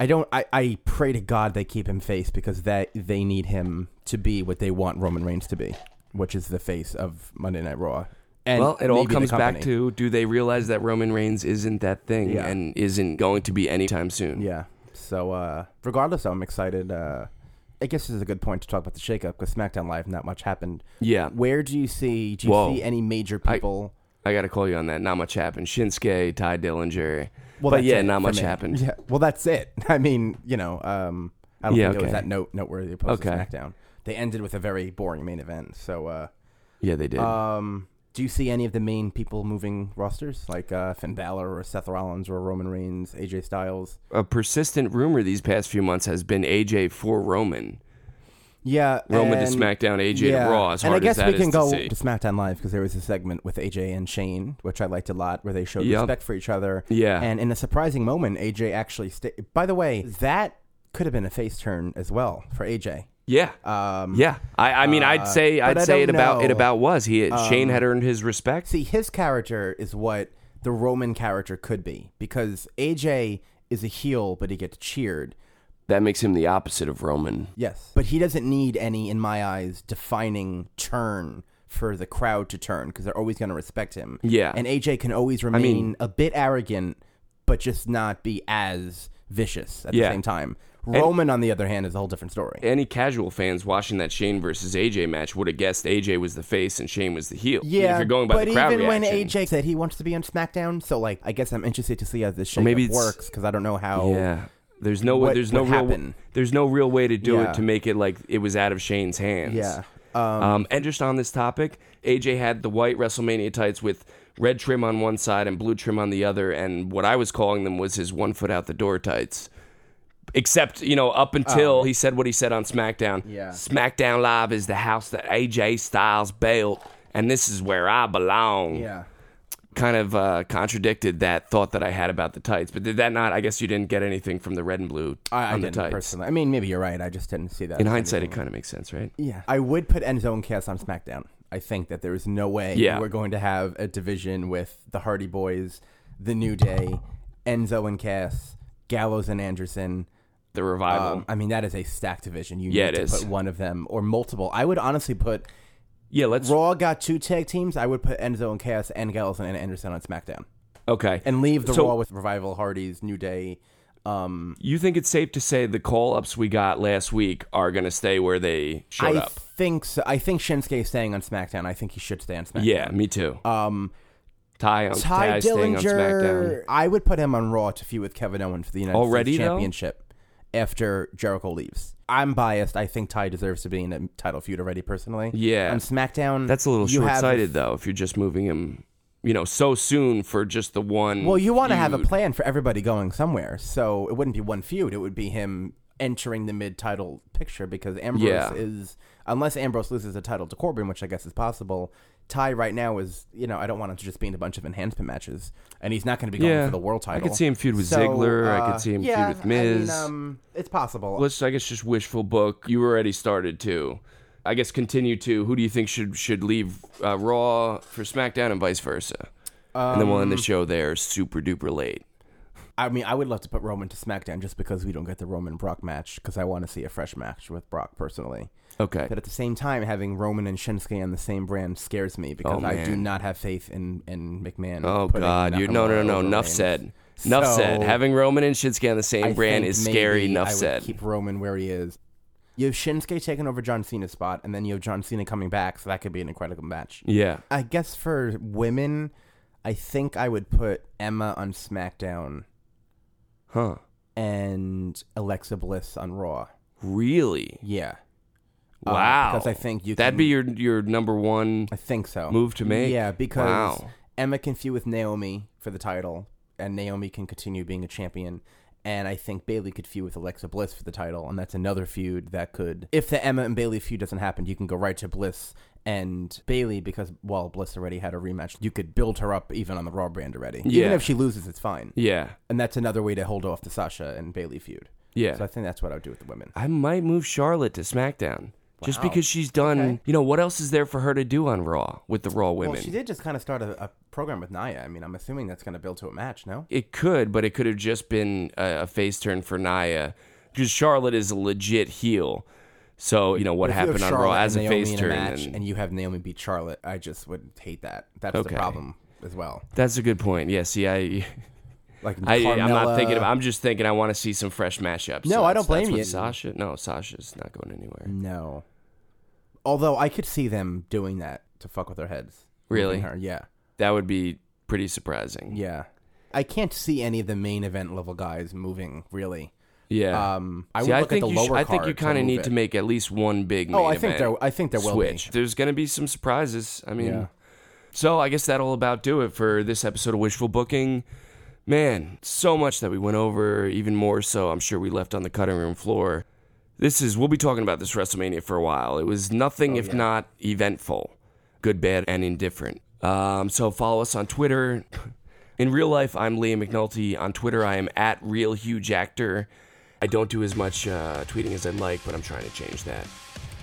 S6: I don't. I, I pray to God they keep him face because that they need him to be what they want Roman Reigns to be, which is the face of Monday Night Raw. And
S5: well, it all
S6: maybe the
S5: comes back
S6: company.
S5: to do they realize that Roman Reigns isn't that thing
S6: Yeah.
S5: and isn't going to be anytime soon?
S6: Yeah. So, uh, regardless, I'm excited. Uh, I guess this is a good point to talk about the shakeup because SmackDown Live, not much happened.
S5: Yeah.
S6: Where do you see? Do you
S5: Whoa.
S6: see any major
S5: I-
S6: people?
S5: I got to call you on that. Not much happened. Shinsuke, Ty Dillinger. but
S6: well, that's
S5: yeah,
S6: it
S5: not
S6: for
S5: much
S6: me.
S5: happened.
S6: Yeah. Well, that's it. I mean, you know, um, I don't
S5: Yeah,
S6: think it was
S5: okay.
S6: that note noteworthy opposed to
S5: Okay.
S6: SmackDown. They ended with a very boring main event. So, uh,
S5: Yeah, they did.
S6: um, do you see any of the main people moving rosters like uh, Finn Balor or Seth Rollins or Roman Reigns, AJ Styles?
S5: a persistent rumor these past few months has been AJ for Roman.
S6: Yeah,
S5: Roman to
S6: and-
S5: SmackDown, AJ to Raw, as
S6: and I
S5: hard as
S6: guess
S5: that
S6: we
S5: is
S6: can
S5: to
S6: go
S5: see.
S6: to SmackDown Live because there was a segment with AJ and Shane, which I liked a lot, where they showed
S5: Yep.
S6: respect for each other.
S5: Yeah.
S6: and in a surprising moment, AJ actually. Sta- By the way, that could have been a face turn as well for AJ.
S5: Yeah,
S6: Um, uh,
S5: yeah. I, I mean, I'd say
S6: but
S5: I'd
S6: I
S5: say it
S6: don't
S5: about it
S6: know. Um,
S5: about was he Shane had earned his respect.
S6: See, his character is what the Roman character could be because AJ is a heel, but he gets cheered.
S5: that makes him the opposite of Roman.
S6: Yes. But he doesn't need any, in my eyes, defining turn for the crowd to turn because they're always going to respect him.
S5: Yeah.
S6: And AJ can always remain a bit arrogant, but just not be as vicious at
S5: Yeah.
S6: the same time. Roman, on the other hand, is a whole different story.
S5: Any casual fans watching that Shane versus AJ match would have guessed AJ was the face and Shane was the heel.
S6: yeah,
S5: if you're going by
S6: but
S5: the crowd
S6: even
S5: reaction,
S6: when AJ said he wants to be on SmackDown, so like I guess I'm interested to see how this shakeup
S5: maybe
S6: maybe
S5: it's-
S6: works because I don't know how.
S5: yeah, there's no
S6: What-
S5: there's no
S6: what
S5: real
S6: happened?
S5: there's no real way to do
S6: Yeah.
S5: it to make it like it was out of Shane's hands.
S6: Yeah.
S5: Um, and just on this topic, AJ had the white WrestleMania tights with red trim on one side and blue trim on the other, and what I was calling them was his one foot out the door tights. Except, you know, up until he said what he said on SmackDown.
S6: Um, Yeah.
S5: SmackDown Live is the house that AJ Styles built, and this is where I belong.
S6: Yeah.
S5: Kind of uh, contradicted that thought that I had about the tights. But did that not? I guess you didn't get anything from the red and blue
S6: I, I
S5: on the
S6: didn't
S5: tights.
S6: personally. I mean, maybe you're right. I just didn't see that.
S5: In hindsight, it kind of makes sense, right?
S6: Yeah. I would put Endzone Chaos on SmackDown. I think that there is no way
S5: Yeah.
S6: we're going to have a division with the Hardy Boys, the New Day, Enzo and Cass, Gallows and Anderson.
S5: The revival.
S6: Um, I mean, that is a stacked division. You
S5: Yeah,
S6: need
S5: it
S6: to
S5: is.
S6: put one of them or multiple. I would honestly put
S5: yeah, let's.
S6: Raw got two tag teams. I would put Enzo and Cass and Gallows and Anderson on SmackDown
S5: Okay.
S6: and leave the
S5: So-
S6: Raw with Revival, Hardy's, New Day. Um,
S5: You think it's safe to say the call ups we got last week are going to stay where they showed
S6: I
S5: up?
S6: think so. I think Shinsuke is staying on SmackDown. I think he should stay on SmackDown.
S5: Yeah, me too.
S6: Um,
S5: Ty on
S6: Ty
S5: Ty staying on SmackDown.
S6: Dillinger. I would put him on Raw to feud with Kevin Owens for the United
S5: Already,
S6: States
S5: though?
S6: Championship after Jericho leaves. I'm biased. I think Ty deserves to be in a title feud already. Personally,
S5: Yeah.
S6: On SmackDown,
S5: That's a little
S6: you
S5: short
S6: have-
S5: sighted though. If you're just moving him, you know, so soon for just the one.
S6: Well, you want to have a
S5: feud.
S6: plan for everybody going somewhere, so it wouldn't be one feud. It would be him entering the mid-title picture because Ambrose
S5: Yeah.
S6: is, unless Ambrose loses the title to Corbin, which I guess is possible. Ty right now is, you know, I don't want him to just be in a bunch of enhancement matches, and he's not going to be going
S5: Yeah.
S6: for the world
S5: I
S6: title. uh,
S5: could see him feud with Ziggler. I could see him feud
S6: yeah,
S5: with
S6: I mean,
S5: Miz.
S6: um, it's possible.
S5: Let's, I guess, just wishful book. You already started to. I guess continue to. Who do you think should should leave uh, Raw for SmackDown and vice versa? and then we'll end the show there super duper late.
S6: I mean, I would love to put Roman to SmackDown just because we don't get the Roman Brock match because I want to see a fresh match with Brock personally.
S5: Okay.
S6: But at the same time, having Roman and Shinsuke on the same brand scares me because
S5: Oh,
S6: I do
S5: man.
S6: not have faith in, in McMahon.
S5: Oh
S6: putting
S5: God! You
S6: Nakamura
S5: no no no.
S6: over
S5: Enough
S6: Reigns.
S5: said. Enough
S6: So,
S5: said. Having Roman and Shinsuke on the same
S6: I
S5: brand
S6: think
S5: is scary.
S6: maybe
S5: Enough
S6: I would
S5: said.
S6: Keep Roman where he is. You have Shinsuke taking over John Cena's spot, and then you have John Cena coming back, so that could be an incredible match.
S5: Yeah.
S6: I guess for women, I think I would put Emma on SmackDown
S5: Huh.
S6: and Alexa Bliss on Raw.
S5: Really?
S6: Yeah. Uh,
S5: Wow.
S6: because I think you
S5: that'd
S6: can-
S5: be your your number one.
S6: I think so.
S5: Move to make?
S6: Yeah, because
S5: Wow.
S6: Emma can feud with Naomi for the title, and Naomi can continue being a champion. And I think Bailey could feud with Alexa Bliss for the title, and that's another feud that could, if the Emma and Bailey feud doesn't happen, you can go right to Bliss and Bailey because well, Bliss already had a rematch. You could build her up even on the Raw brand already. Even
S5: Yeah.
S6: if she loses, it's fine.
S5: Yeah.
S6: And that's another way to hold off the Sasha and Bailey feud.
S5: Yeah.
S6: So I think that's what I would do with the women.
S5: I might move Charlotte to SmackDown. Just because she's done, you know, what else is there for her to do on Raw with the Raw women?
S6: Well, she did just kind of start a, a program with Naya. I mean, I'm assuming that's going to build to a match, no?
S5: It could, but it could have just been a, a face turn for Naya because Charlotte is a legit heel. So you know what
S6: If you have
S5: happened on
S6: Charlotte
S5: Raw
S6: and
S5: as a
S6: Naomi
S5: face
S6: in
S5: turn.
S6: match,
S5: and-
S6: and you have Naomi beat Charlotte. I just would hate that. That's
S5: Okay.
S6: the problem as well.
S5: that's a good point. Yeah, see, I,
S6: Like
S5: I I'm not
S6: Carmella-
S5: thinking. Of, I'm just thinking. I want to see some fresh matchups.
S6: No,
S5: So
S6: I
S5: that's- that's
S6: don't blame
S5: what
S6: you. Mm.
S5: Sasha, no, Sasha's not going anywhere.
S6: no. Although I could see them doing that to fuck with their heads.
S5: Really?
S6: Her. Yeah.
S5: That would be pretty surprising.
S6: Yeah. I can't see any of the main event level guys moving really.
S5: Yeah.
S6: Um, I
S5: See,
S6: would
S5: I
S6: look
S5: think
S6: at the
S5: you sh-
S6: lower
S5: I think you
S6: card to
S5: kind of
S6: move
S5: need
S6: it.
S5: to make at least one big. Main
S6: Oh, I think
S5: event
S6: there. I think there will
S5: switch.
S6: be.
S5: There's going to be some surprises. I mean,
S6: Yeah.
S5: so I guess that'll about do it for this episode of Wishful Booking. Man, so much that we went over, even more so, I'm sure we left on the cutting room floor. This is, we'll be talking about this WrestleMania for a while. It was nothing
S6: Oh,
S5: if not eventful, good, bad, and indifferent. Um, so follow us on Twitter. In real life, I'm Liam McNulty. On Twitter, I am at Real Huge Actor. I don't do as much uh, tweeting as I'd like, but I'm trying to change that.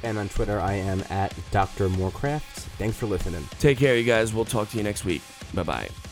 S6: And on Twitter, I am at Dr. Moorcraft. Thanks for listening.
S5: Take care, you guys. We'll talk to you next week. Bye bye.